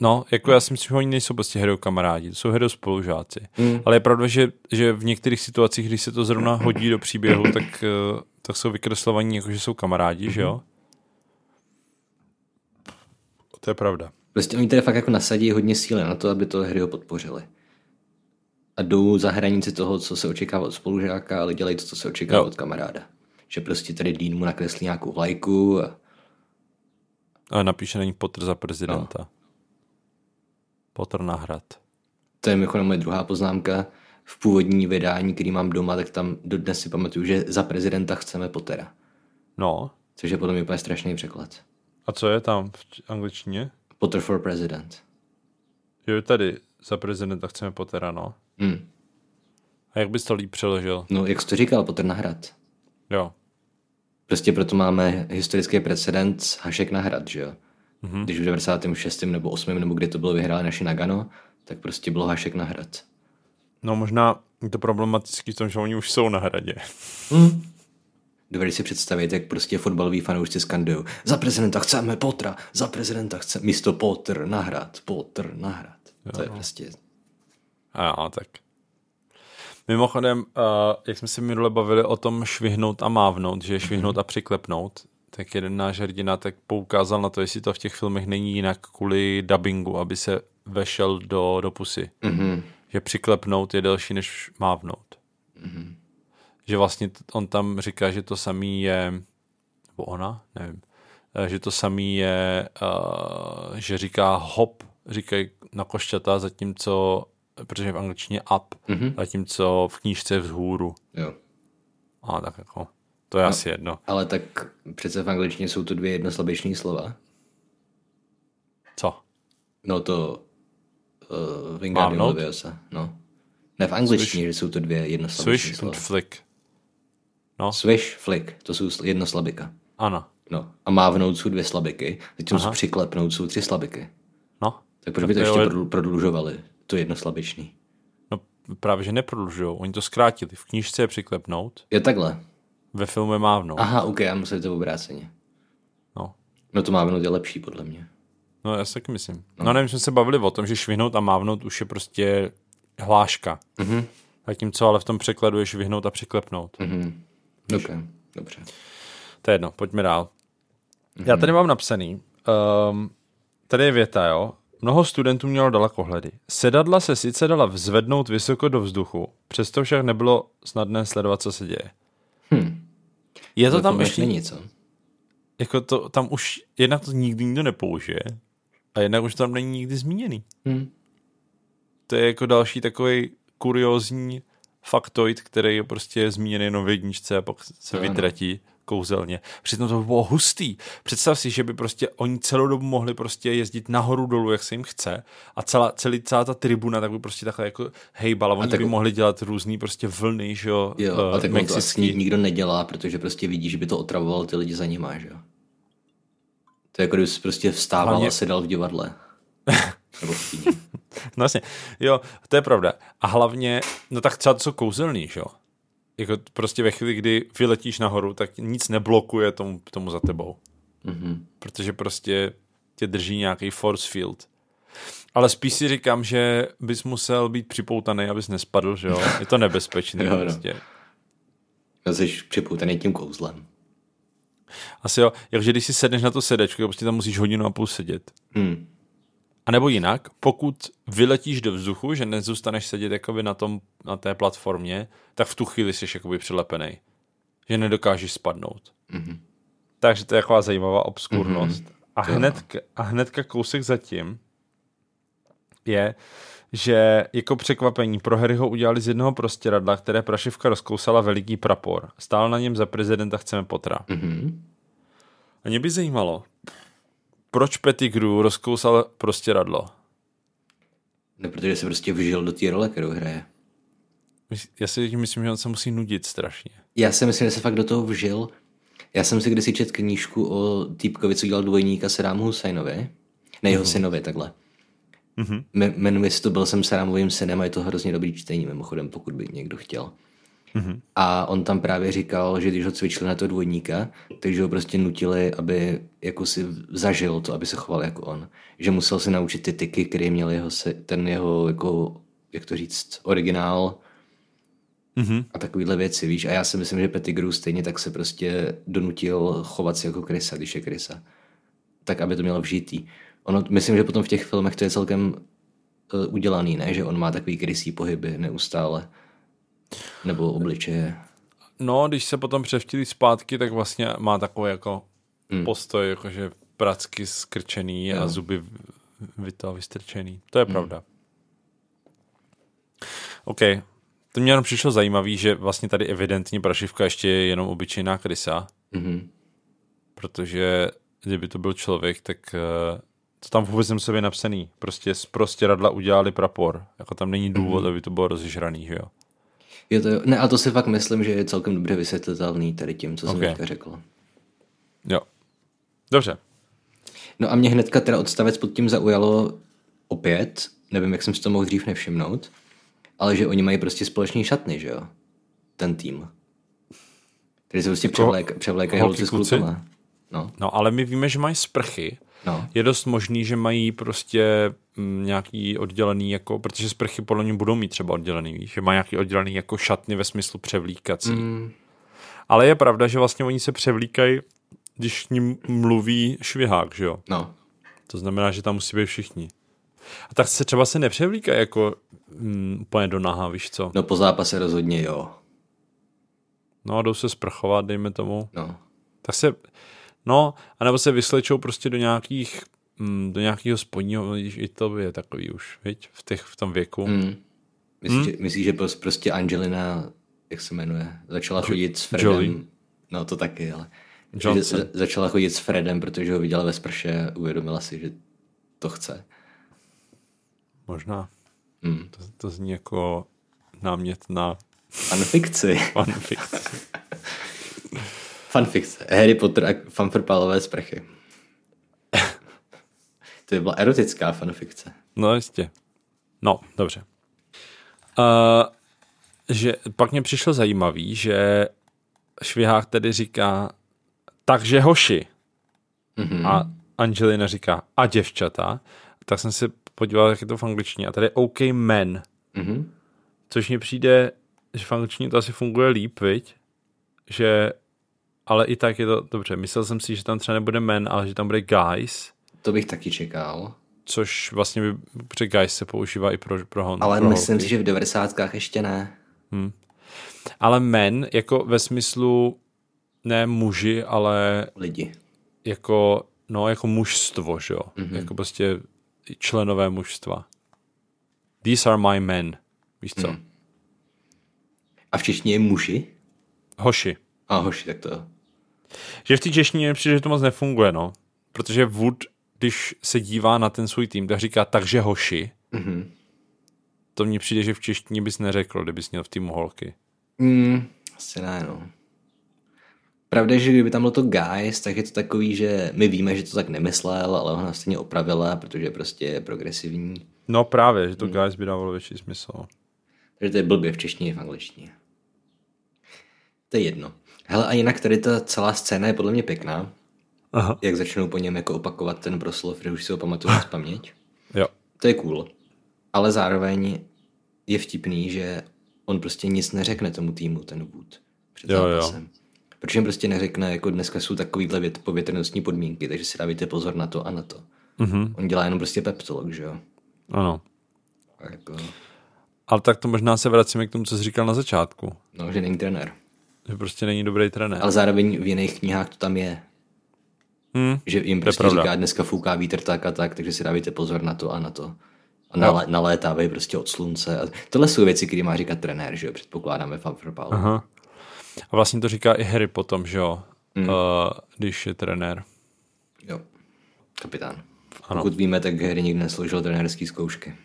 Speaker 4: No, jako já si myslím, že oni nejsou prostě hero kamarádi, to jsou hero spolužáci.
Speaker 3: Mm.
Speaker 4: Ale je pravda, že, že v některých situacích, když se to zrovna hodí do příběhu, tak, eh, tak jsou vykreslovaní jako, že jsou kamarádi, že jo? To je pravda.
Speaker 3: Prostě oni tady fakt jako nasadí hodně síly na to, aby to hry ho podpořili. A jdou za hranici toho, co se očekává od spolužáka, ale dělají to, co se očekává
Speaker 4: Jo.
Speaker 3: od kamaráda. Že prostě tady Dean mu nakreslí nějakou vlajku a
Speaker 4: A napíše na ní Potter za prezidenta. No. Potter na hrad.
Speaker 3: to je mimochodem moje druhá poznámka. V původní vydání, který mám doma, tak tam dodnes si pamatuju, že za prezidenta chceme Pottera.
Speaker 4: No,
Speaker 3: Což je podle mě úplně strašný překlad.
Speaker 4: A co je tam v angličtině?
Speaker 3: Potter for president.
Speaker 4: Jo, tady za prezidenta chceme Pottera, no.
Speaker 3: Hmm.
Speaker 4: A jak bys to líp přeložil?
Speaker 3: No, jak jsi to říkal, Potter na hrad.
Speaker 4: Jo.
Speaker 3: Prostě proto máme historický precedent Hašek na hrad, že jo?
Speaker 4: Mhm.
Speaker 3: Když v 96. nebo 8. nebo kdy to bylo vyhrál naši Nagano, tak prostě bylo Hašek na hrad.
Speaker 4: No možná je to problematický v tom, že oni už jsou na hradě.
Speaker 3: Dovedeš si představit, jak prostě fotbaloví fanoušci skandují. Za prezidenta chceme Potra, za prezidenta chceme místo Potter na hrad, Potter na hrad. To je prostě...
Speaker 4: A jo, tak. Mimochodem, uh, jak jsme se minule bavili o tom švihnout a mávnout, že švihnout a přiklepnout, tak jeden náš hrdina tak poukázal na to, jestli to v těch filmech není jinak kvůli dubbingu, aby se vešel do, do pusy.
Speaker 3: Mhm.
Speaker 4: Že přiklepnout je delší než mávnout. Mm-hmm. Že vlastně t- on tam říká, že to samý je, nebo ona, nevím, eh, že to samý je, uh, že říká hop, říkají na košťata, zatímco, protože v angličtině up, mm-hmm. zatímco v knížce je vzhůru.
Speaker 3: Jo.
Speaker 4: A tak jako, to je no. asi jedno.
Speaker 3: Ale tak přece v angličtině jsou to dvě jednoslabiční slova.
Speaker 4: Co?
Speaker 3: No to uh, Wingardium
Speaker 4: Mávnout?
Speaker 3: Leviosa. No. Ne v angličtině, že jsou to dvě jednoslabiční
Speaker 4: Swish
Speaker 3: slova.
Speaker 4: and flick.
Speaker 3: Swish, flick, to jsou sl- jedno slabika.
Speaker 4: Ano.
Speaker 3: No. A mávnout jsou dvě slabiky, zatímco přiklepnout jsou tři slabiky.
Speaker 4: No.
Speaker 3: Tak proč by to
Speaker 4: je
Speaker 3: ještě
Speaker 4: o-
Speaker 3: prodlu- prodlužovali, to jednoslabiční?
Speaker 4: No právě, že neprodlužují. Oni to zkrátili. V knížce je přiklepnout,
Speaker 3: Jo, takhle.
Speaker 4: ve filmu je mávnout.
Speaker 3: Aha, OK, já musel to obráceně.
Speaker 4: No.
Speaker 3: No to mávnout je lepší, podle mě.
Speaker 4: No, já si taky myslím. No, nevím, jsme se bavili o tom, že švihnout a mávnout už je prostě hláška. Mm-hmm. Zatímco ale v tom překladu je švihnout a přiklepnout. Mm-hmm.
Speaker 3: Mhm. OK, dobře.
Speaker 4: To je jedno, pojďme dál. Mm-hmm. Já tady mám napsaný, um, tady je věta, jo. Mnoho studentů mělo dalekohledy. Sedadla se sice dala vzvednout vysoko do vzduchu, přesto však nebylo snadné sledovat, co se děje. Hmm. Je to tam
Speaker 3: Filmech
Speaker 4: ještě,
Speaker 3: není, co?
Speaker 4: jako to, tam už, jednak to nikdy nikdo nepoužije a jednak už to tam není nikdy zmíněný.
Speaker 3: Hm.
Speaker 4: to je jako další takový kuriózní faktoid, který je prostě zmíněný jenom v jedničce a pak se
Speaker 3: ano.
Speaker 4: vytratí kouzelně. Přitom to by bylo hustý. Představ si, že by prostě oni celou dobu mohli prostě jezdit nahoru dolů, jak se jim chce a celá, celý, celá ta tribuna tak by prostě takhle jako hejbala. Oni
Speaker 3: tak-
Speaker 4: by mohli dělat různý prostě vlny, že jo,
Speaker 3: Jo,
Speaker 4: eh,
Speaker 3: a tak on to asi
Speaker 4: mexický.
Speaker 3: nikdo nedělá, protože prostě vidí, že by to otravovalo ty lidi za nima, že jo? To je jako, kdyby jsi prostě vstával
Speaker 4: Hlavně-
Speaker 3: a sedal v divadle. Nebo v kyně.
Speaker 4: No jasně, jo, to je pravda. A hlavně, no tak třeba to jsou kouzelný, že jo? Jako t- prostě ve chvíli, kdy vyletíš nahoru, tak nic neblokuje tomu, tomu za tebou.
Speaker 3: Mhm.
Speaker 4: Protože prostě tě drží nějaký force field. Ale spíš si říkám, že bys musel být připoutaný, abys nespadl, že jo? Je to nebezpečné
Speaker 3: Jo, no.
Speaker 4: prostě.
Speaker 3: No, jsi připoutaný tím kouzlem.
Speaker 4: Asi jo, jakže když si sedneš na to sedečko, prostě tam musíš hodinu a půl sedět.
Speaker 3: Hm.
Speaker 4: A nebo jinak, pokud vyletíš do vzduchu, že nezůstaneš sedět jakoby na, tom, na té platformě, tak v tu chvíli jsi jakoby přilepený. Že nedokážeš spadnout. Mm-hmm. Takže to je taková zajímavá obskurnost. Mm-hmm. A, hnedka, a hnedka kousek zatím je, že jako překvapení pro Harryho udělali z jednoho prostěradla, které prašivka rozkousala veliký prapor. Stál na něm za prezidenta Chceme Potra.
Speaker 3: Mhm.
Speaker 4: A mě by zajímalo, proč Pettigrew rozkousal prostě prostěradlo?
Speaker 3: No, protože se prostě vžil do té role, kterou hraje.
Speaker 4: Mys- Já si myslím, že on se musí nudit strašně.
Speaker 3: Já si myslím, že se fakt do toho vžil. Já jsem si kdysi četl knížku o týpkovi, co dělal dvojníka Sadámu Husajnovi. Ne jeho synovi, takhle.
Speaker 4: Mhm.
Speaker 3: Me- Jmenuje se to Byl jsem Sadámovým synem a je to hrozně dobrý čtení, mimochodem, pokud by někdo chtěl. A on tam právě říkal, že když ho cvičili na to dvojníka, takže ho prostě nutili, aby jako si zažil to, aby se choval jako on. Že musel se naučit ty tyky, které měl jeho, se- ten jeho, jako, jak to říct, originál,
Speaker 4: Mm-hmm.
Speaker 3: a takovéhle věci, víš. A já si myslím, že Pettigrew stejně tak se prostě donutil chovat se jako krysa, když je krysa. Tak, aby to mělo vžitý. Ono, myslím, že potom v těch filmech to je celkem uh, udělaný, ne? Že on má takový krysí pohyby neustále. Nebo obličeje.
Speaker 4: No, když se potom převtělí zpátky, tak vlastně má takový jako mm. postoj, jakože pracky skrčený a zuby v- vy to vystrčený. To je pravda. OK. To mě jenom přišlo zajímavý, že vlastně tady evidentně prašivka ještě je jenom obyčejná krysa,
Speaker 3: Mhm.
Speaker 4: protože kdyby to byl člověk, tak eh, to tam vůbec jsem sobě napsaný. Prostě z prostě radla udělali prapor. Jako tam není důvod, aby to bylo rozežraný, že jo?
Speaker 3: Je to, ne, a to si fakt myslím, že je celkem dobře vysvětlitelný tady tím, co jsem
Speaker 4: Ok.
Speaker 3: okay. teďka řekl.
Speaker 4: Jo. Dobře.
Speaker 3: No a mě hnedka teda odstavec pod tím zaujalo opět, nevím, jak jsem si to mohl dřív nevšimnout, ale že oni mají prostě společný šatny, že jo? Ten tým. Který se prostě převlék, převlékají
Speaker 4: holky,
Speaker 3: holci s
Speaker 4: kluci?
Speaker 3: klukama. No,
Speaker 4: No, ale my víme, že mají sprchy.
Speaker 3: no.
Speaker 4: Je dost možný, že mají prostě mm, nějaký oddělený, jako, protože sprchy podle mě budou mít třeba oddělený, víš? že mají nějaký oddělený jako šatny ve smyslu převlíkací.
Speaker 3: Mm,
Speaker 4: Ale je pravda, že vlastně oni se převlíkají, když k ním mluví švihák, že jo?
Speaker 3: no.
Speaker 4: To znamená, že tam musí být všichni. A tak se třeba se nepřevlíkají jako mm, úplně do naha, víš co?
Speaker 3: No po zápase rozhodně jo.
Speaker 4: No a jdou se sprchovat, dejme tomu.
Speaker 3: No.
Speaker 4: Tak se, no, anebo se vyslečou prostě do nějakých, mm, do nějakého spodního, vidíš, i to je takový už, viď? V, těch, v tom věku.
Speaker 3: Mm.
Speaker 4: Hm?
Speaker 3: Myslíš, hmm? že, myslí, že pros- prostě Angelina, jak se jmenuje, začala chodit s Fredem.
Speaker 4: Jolie.
Speaker 3: No to taky, ale. Že
Speaker 4: Johnson.
Speaker 3: za- začala chodit s Fredem, protože ho viděla ve sprše a uvědomila si, že to chce.
Speaker 4: Možná.
Speaker 3: Mm.
Speaker 4: To, to zní jako námět na
Speaker 3: Fanfikci.
Speaker 4: fanfic.
Speaker 3: Fanfikce. Harry Potter a fanfrpálové sprchy. to by byla erotická fanfikce.
Speaker 4: No jistě. No, dobře. Uh, že pak mě přišlo zajímavý, že Švihák tedy říká takže hoši. Mm-hmm. A Angelina říká a děvčata. Tak jsem se podíval, jak je to v angličtině. A tady je OK men.
Speaker 3: Mhm.
Speaker 4: Což mně přijde, že v angličtině to asi funguje líp, viď? Že, ale i tak je to dobře. Myslel jsem si, že tam třeba nebude men, ale že tam bude guys.
Speaker 3: To bych taky čekal.
Speaker 4: Což vlastně by, protože guys se používá i pro, pro hon.
Speaker 3: Ale
Speaker 4: pro
Speaker 3: myslím
Speaker 4: holky.
Speaker 3: si, že v devadesátkách ještě ne.
Speaker 4: Ale men, jako ve smyslu ne muži, ale
Speaker 3: Lidi.
Speaker 4: jako, no, jako mužstvo, že jo?
Speaker 3: Mhm.
Speaker 4: Mm-hmm. Jako prostě členové mužstva. These are my men. Víš co?
Speaker 3: Mhm.
Speaker 4: Mm.
Speaker 3: A v češtině je muži?
Speaker 4: Hoši.
Speaker 3: A hoši, tak to jo.
Speaker 4: Že v té češtině mi přijde, že to moc nefunguje, no. Protože Wood, když se dívá na ten svůj tým, tak říká, takže hoši. Mm-hmm.
Speaker 3: Mhm.
Speaker 4: To mně přijde, že v češtině bys neřekl, kdybys měl v týmu holky.
Speaker 3: Mm, asi ne, no. Pravda je, že kdyby tam bylo to guys, tak je to takový, že my víme, že to tak nemyslel, ale ona stejně opravila, protože prostě je progresivní.
Speaker 4: No právě, že
Speaker 3: Mhm.
Speaker 4: to mm. guys by dávalo větší smysl.
Speaker 3: Takže to je blbě v češtině i v angličtině. To je jedno. Hele, a jinak tady ta celá scéna je podle mě pěkná.
Speaker 4: Aha.
Speaker 3: Jak začnou po něm jako opakovat ten proslov, že už si ho pamatuju z paměť.
Speaker 4: Jo.
Speaker 3: To je cool. Ale zároveň je vtipný, že on prostě nic neřekne tomu týmu, ten Wood, před
Speaker 4: Jo, jo.
Speaker 3: zápasem. Protože jim prostě neřekne, jako dneska jsou takovýhle vět, povětrnostní podmínky, takže si dávajte pozor na to a na to.
Speaker 4: Mhm.
Speaker 3: Mm-hmm. On dělá jenom prostě pep talk, že jo?
Speaker 4: Ano.
Speaker 3: A jako,
Speaker 4: Ale tak to možná se vracíme k tomu, co jsi říkal na začátku.
Speaker 3: no, že není trenér.
Speaker 4: Že prostě není dobrý trenér.
Speaker 3: Ale zároveň v jiných knihách to tam je.
Speaker 4: Hmm.
Speaker 3: Že jim prostě
Speaker 4: pravda.
Speaker 3: říká, dneska fouká vítr tak a tak, takže si dávajte pozor na to a na to. A nalé, nalétávají prostě od slunce. A tohle jsou věci, které má říkat trenér, že jo? Předpokládáme Favropálu.
Speaker 4: Aha. A vlastně to říká i Harry potom, že jo? Mm. Uh, když je trenér.
Speaker 3: Jo, kapitán.
Speaker 4: Ano.
Speaker 3: Ano. Pokud víme, tak Harry nikdy nesložil trenérské zkoušky.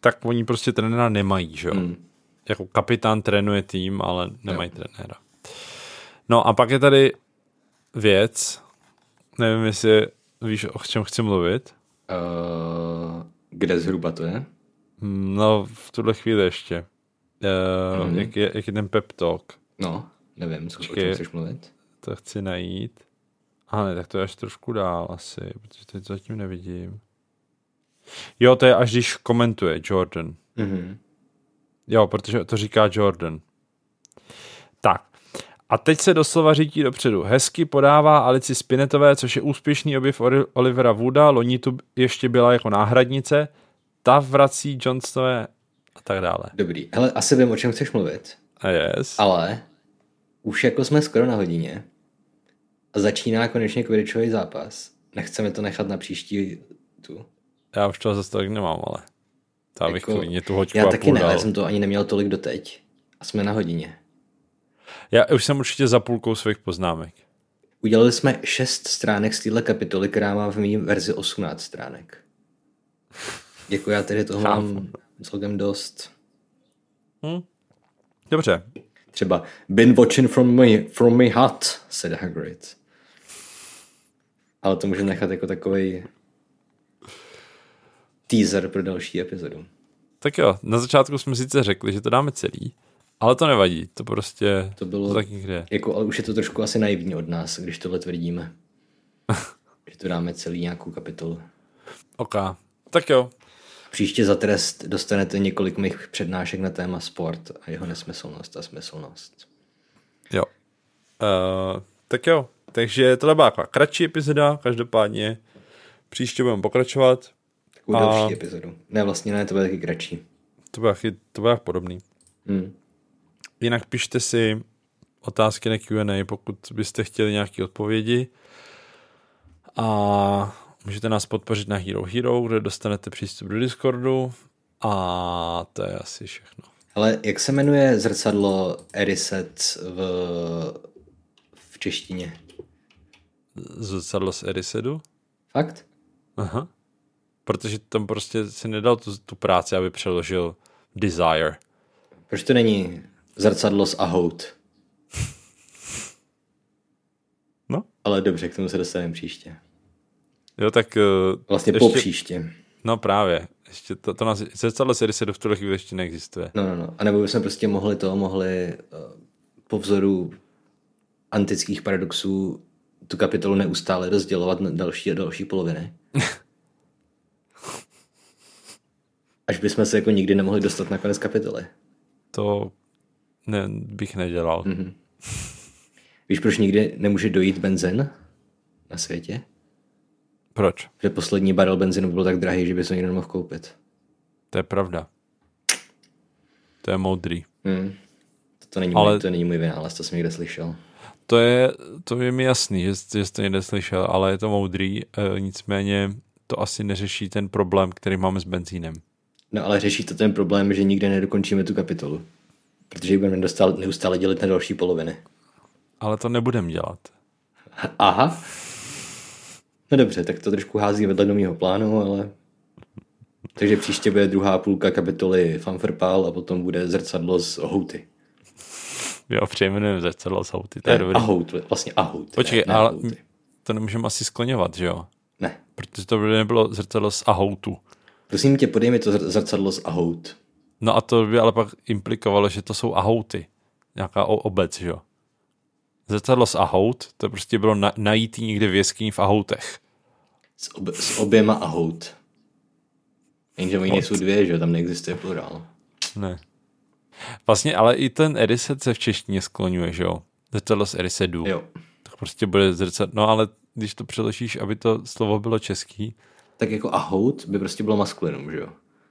Speaker 4: Tak oni prostě trenéra nemají, že jo? Mm. Jako kapitán trénuje tým, ale nemají jo. trenéra. No a pak je tady věc, nevím, jestli víš, o čem chci mluvit.
Speaker 3: Uh, kde zhruba to je?
Speaker 4: Mm, No, v tuhle chvíli ještě. Uh, mm. jak, je, jak je ten pep talk?
Speaker 3: No, nevím, co o
Speaker 4: Počkej.
Speaker 3: čem chceš mluvit.
Speaker 4: To chci najít. A ne, tak to je až trošku dál asi, protože teď to zatím nevidím. Jo, to je až když komentuje Jordan.
Speaker 3: Mhm.
Speaker 4: Jo, protože to říká Jordan. Tak. A teď se doslova řítí dopředu. Hezky podává Alici Spinetové, což je úspěšný objev Ori- Olivera Wooda. Loni tu ještě byla jako náhradnice. Ta vrací Johnstone a tak dále.
Speaker 3: Dobrý, hele, asi vím, o čem chceš mluvit,
Speaker 4: A yes.
Speaker 3: ale už jako jsme skoro na hodině a začíná konečně Quidditchový zápas. Nechceme to nechat na příští tu.
Speaker 4: Já už toho zase tolik nemám, ale to abych jako, klidně tu hoďku
Speaker 3: já
Speaker 4: a
Speaker 3: taky
Speaker 4: půl
Speaker 3: ne, ale
Speaker 4: dal.
Speaker 3: já jsem to ani neměl tolik doteď. A jsme na hodině.
Speaker 4: Já už jsem určitě za půlkou svých poznámek.
Speaker 3: Udělali jsme šest stránek z téhle kapitoly, která má v mý verzi 18 stránek. Jako já tedy toho
Speaker 4: Chápu.
Speaker 3: mám celkem dost.
Speaker 4: Dobře.
Speaker 3: Třeba Been watching from my, from my hut, said Hagrid. Ale to můžeme nechat jako takový teaser pro další epizodu.
Speaker 4: Tak jo, na začátku jsme sice řekli, že to dáme celý, ale to nevadí, to prostě
Speaker 3: To bylo-
Speaker 4: to tak někde je.
Speaker 3: Jako, ale už je to trošku asi naivní od nás, když tohle tvrdíme. že to dáme celý nějakou kapitolu.
Speaker 4: OK. Tak jo,
Speaker 3: Příště za trest dostanete několik mých přednášek na téma sport a jeho nesmyslnost a smyslnost.
Speaker 4: Jo. Uh, tak jo, takže tohle byla taková kratší epizoda, každopádně příště budeme pokračovat.
Speaker 3: Takovou
Speaker 4: A-
Speaker 3: další epizodu. Ne, vlastně ne, to bude taky kratší.
Speaker 4: To bude, chy- to bude podobný.
Speaker 3: Hmm.
Speaker 4: Jinak pište si otázky na Q&A, pokud byste chtěli nějaké odpovědi. A můžete nás podpořit na Hero Hero, kde dostanete přístup do Discordu. A to je asi všechno.
Speaker 3: Ale jak se jmenuje zrcadlo Eriset v, v češtině?
Speaker 4: Zrcadlo z Erisedu.
Speaker 3: Fakt?
Speaker 4: Aha. Protože tam prostě si nedal tu, tu práci, aby přeložil Desire.
Speaker 3: Proč to není zrcadlo z Ahout?
Speaker 4: No.
Speaker 3: Ale dobře, k tomu se dostaneme příště.
Speaker 4: Jo, tak eh,
Speaker 3: Vlastně ještě... po příště.
Speaker 4: No právě, ještě to, to nás, zrcadlo série se do v tuhle chvíli ještě neexistuje.
Speaker 3: No, no, no. A nebo bychom prostě mohli to, mohli uh, po vzoru antických paradoxů tu kapitolu neustále rozdělovat na další a další poloviny. Až bychom se jako nikdy nemohli dostat na konec kapitoly.
Speaker 4: To ne, bych nedělal. Mm-hmm.
Speaker 3: Mhm. Víš, proč nikdy nemůže dojít benzen na světě?
Speaker 4: Proč?
Speaker 3: Že poslední barel benzinu byl tak drahý, že by se nikdo nemohl koupit.
Speaker 4: To je pravda. To je moudrý.
Speaker 3: Hmm. To, není
Speaker 4: Ale-
Speaker 3: můj, to není můj vynález, to jsem někde slyšel.
Speaker 4: To je, to je mi jasný, že, jste- že jste někde slyšel, ale je to moudrý, e, nicméně to asi neřeší ten problém, který máme s benzínem.
Speaker 3: No ale řeší to ten problém, že nikde nedokončíme tu kapitolu. Protože ji budeme dostal, neustále dělit na další poloviny.
Speaker 4: Ale to nebudem dělat.
Speaker 3: Aha. No dobře, tak to trošku hází vedle do mýho plánu, ale... Takže příště bude druhá půlka kapitoly Fanferpál a potom bude zrcadlo z Houty.
Speaker 4: Jo, přejmenujeme zrcadlo z auty, to je dobrý.
Speaker 3: Ahout, vlastně Ahout.
Speaker 4: Počkej,
Speaker 3: Eh, ne, ne
Speaker 4: ale
Speaker 3: Houty.
Speaker 4: to nemůžeme asi skloňovat, že jo?
Speaker 3: Ne.
Speaker 4: Protože to by nebylo zrcadlo z ahoutu.
Speaker 3: Prosím tě, podej mi to zr- zrcadlo z Ahout.
Speaker 4: No a to by ale pak implikovalo, že to jsou ahouty. Nějaká o- obec, že jo? Zrcadlo z ahout, to prostě bylo na- najít někde v jeskyni v ahoutech.
Speaker 3: S, ob- s oběma Ahout. Jenže oni nejsou dvě, že jo, tam neexistuje plurál.
Speaker 4: Ne. Vlastně, ale i ten Eriset se v češtině skloňuje, že jo? Zrcadlo z Erisedu.
Speaker 3: Jo.
Speaker 4: Tak prostě bude zrcadlo, no ale když to přeložíš, aby to slovo bylo český,
Speaker 3: tak jako ahout by prostě bylo maskulinum, že jo?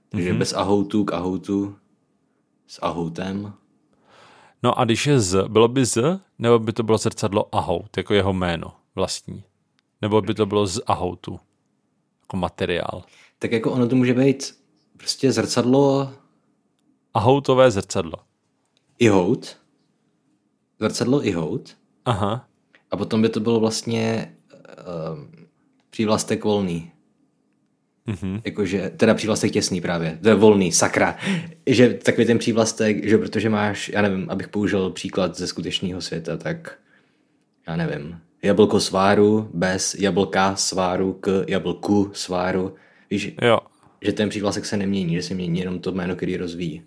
Speaker 3: Takže mm-hmm. bez ahoutu k ahoutu s ahoutem.
Speaker 4: No a když je z, bylo by z, nebo by to bylo zrcadlo Ahout, jako jeho jméno vlastní? Nebo by to bylo z Ahoutu, jako materiál?
Speaker 3: Tak jako ono to může být prostě zrcadlo
Speaker 4: Ahoutové zrcadlo.
Speaker 3: i hout. Zrcadlo i hout.
Speaker 4: Aha,
Speaker 3: A potom by to bylo vlastně um, přívlastek volný. Mm-hmm. Jakože, teda přívlastek těsný právě, to je volný, sakra. Že takový ten přívlastek, že protože máš, já nevím, abych použil příklad ze skutečného světa, tak já nevím, jablko sváru bez jablka sváru k jablku sváru. Víš,
Speaker 4: jo.
Speaker 3: že ten přívlastek se nemění, že se mění jenom to jméno, který rozvíjí.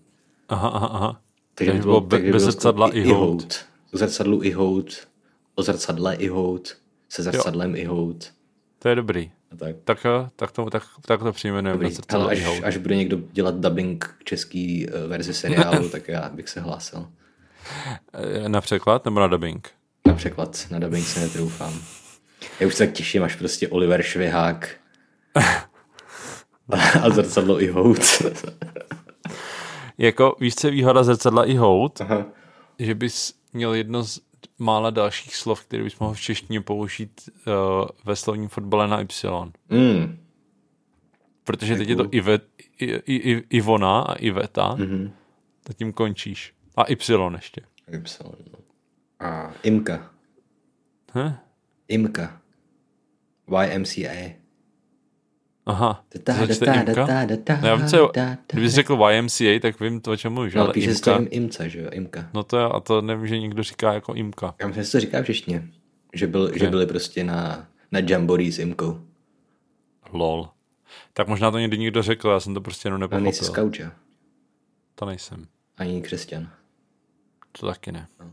Speaker 4: Aha, aha, aha.
Speaker 3: Takže by bylo,
Speaker 4: bylo be-
Speaker 3: takže by
Speaker 4: bez
Speaker 3: bylo
Speaker 4: zrcadla
Speaker 3: sklo-
Speaker 4: i hout.
Speaker 3: K zrcadlu i hout, o zrcadle i hout, se zrcadlem i hout.
Speaker 4: To je dobrý.
Speaker 3: A tak.
Speaker 4: Tak jo, tak to, tak, tak to přijmenujeme na
Speaker 3: Dobrý.
Speaker 4: zrcadlo
Speaker 3: Hele,
Speaker 4: až,
Speaker 3: až,
Speaker 4: Ahout.
Speaker 3: až bude někdo dělat dubbing k český eh, verzi seriálu, tak já bych se hlásil.
Speaker 4: Eh, Na překlad nebo na dubbing?
Speaker 3: Na překlad, na dubbing se netroufám. Já už se tak těším, až prostě Oliver Švihák a zrcadlo i hout.
Speaker 4: Jako, víš, co je výhoda zrcadla i Hout?
Speaker 3: Aha.
Speaker 4: Že bys měl jedno z mála dalších slov, které bys mohl v češtině použít uh, ve slovním fotbale na Y.
Speaker 3: Mm.
Speaker 4: Protože teď je to Ivet, I, I, I, Ivona a Iveta. Mm-hmm.
Speaker 3: Mhm.
Speaker 4: Tak tím končíš. A Y ještě.
Speaker 3: Y. no. A Imka.
Speaker 4: He?
Speaker 3: Imka. YMCA.
Speaker 4: Aha.
Speaker 3: Da,
Speaker 4: to
Speaker 3: da,
Speaker 4: se čte
Speaker 3: da, da,
Speaker 4: Imka?
Speaker 3: da, da, da,
Speaker 4: Ne, No Já vím, co
Speaker 3: da,
Speaker 4: je,
Speaker 3: da,
Speaker 4: kdyby jsi řekl YMCA, tak vím to, o čem mluvíš,
Speaker 3: No,
Speaker 4: ale
Speaker 3: ale píše se to
Speaker 4: Imka,
Speaker 3: im, Imca, že jo, Imka.
Speaker 4: no to je, a to nevím, že někdo říká jako Imka.
Speaker 3: Já myslím, že se to říká v češtině. Že, byl, že byli prostě na, na jamboree s Imkou. No,
Speaker 4: Lol. Tak možná to někdy někdo řekl, já jsem to prostě jenom
Speaker 3: Ale No, nejsi z
Speaker 4: nepochopil.
Speaker 3: Kauča.
Speaker 4: To nejsem.
Speaker 3: Ani křesťan.
Speaker 4: To taky ne.
Speaker 3: No.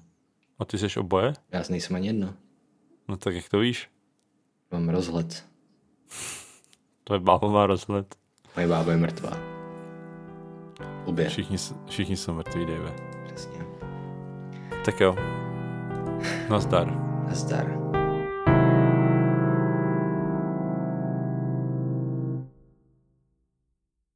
Speaker 4: A ty jsi oboje?
Speaker 3: Já z nejsem ani jedno.
Speaker 4: No tak jak to víš?
Speaker 3: Mám rozhled.
Speaker 4: To je bába má rozhled.
Speaker 3: Moje bába je mrtvá. Obě.
Speaker 4: Všichni, s- všichni jsou mrtví, Dave.
Speaker 3: Přesně.
Speaker 4: Tak jo. Nazdar.
Speaker 3: Nazdar.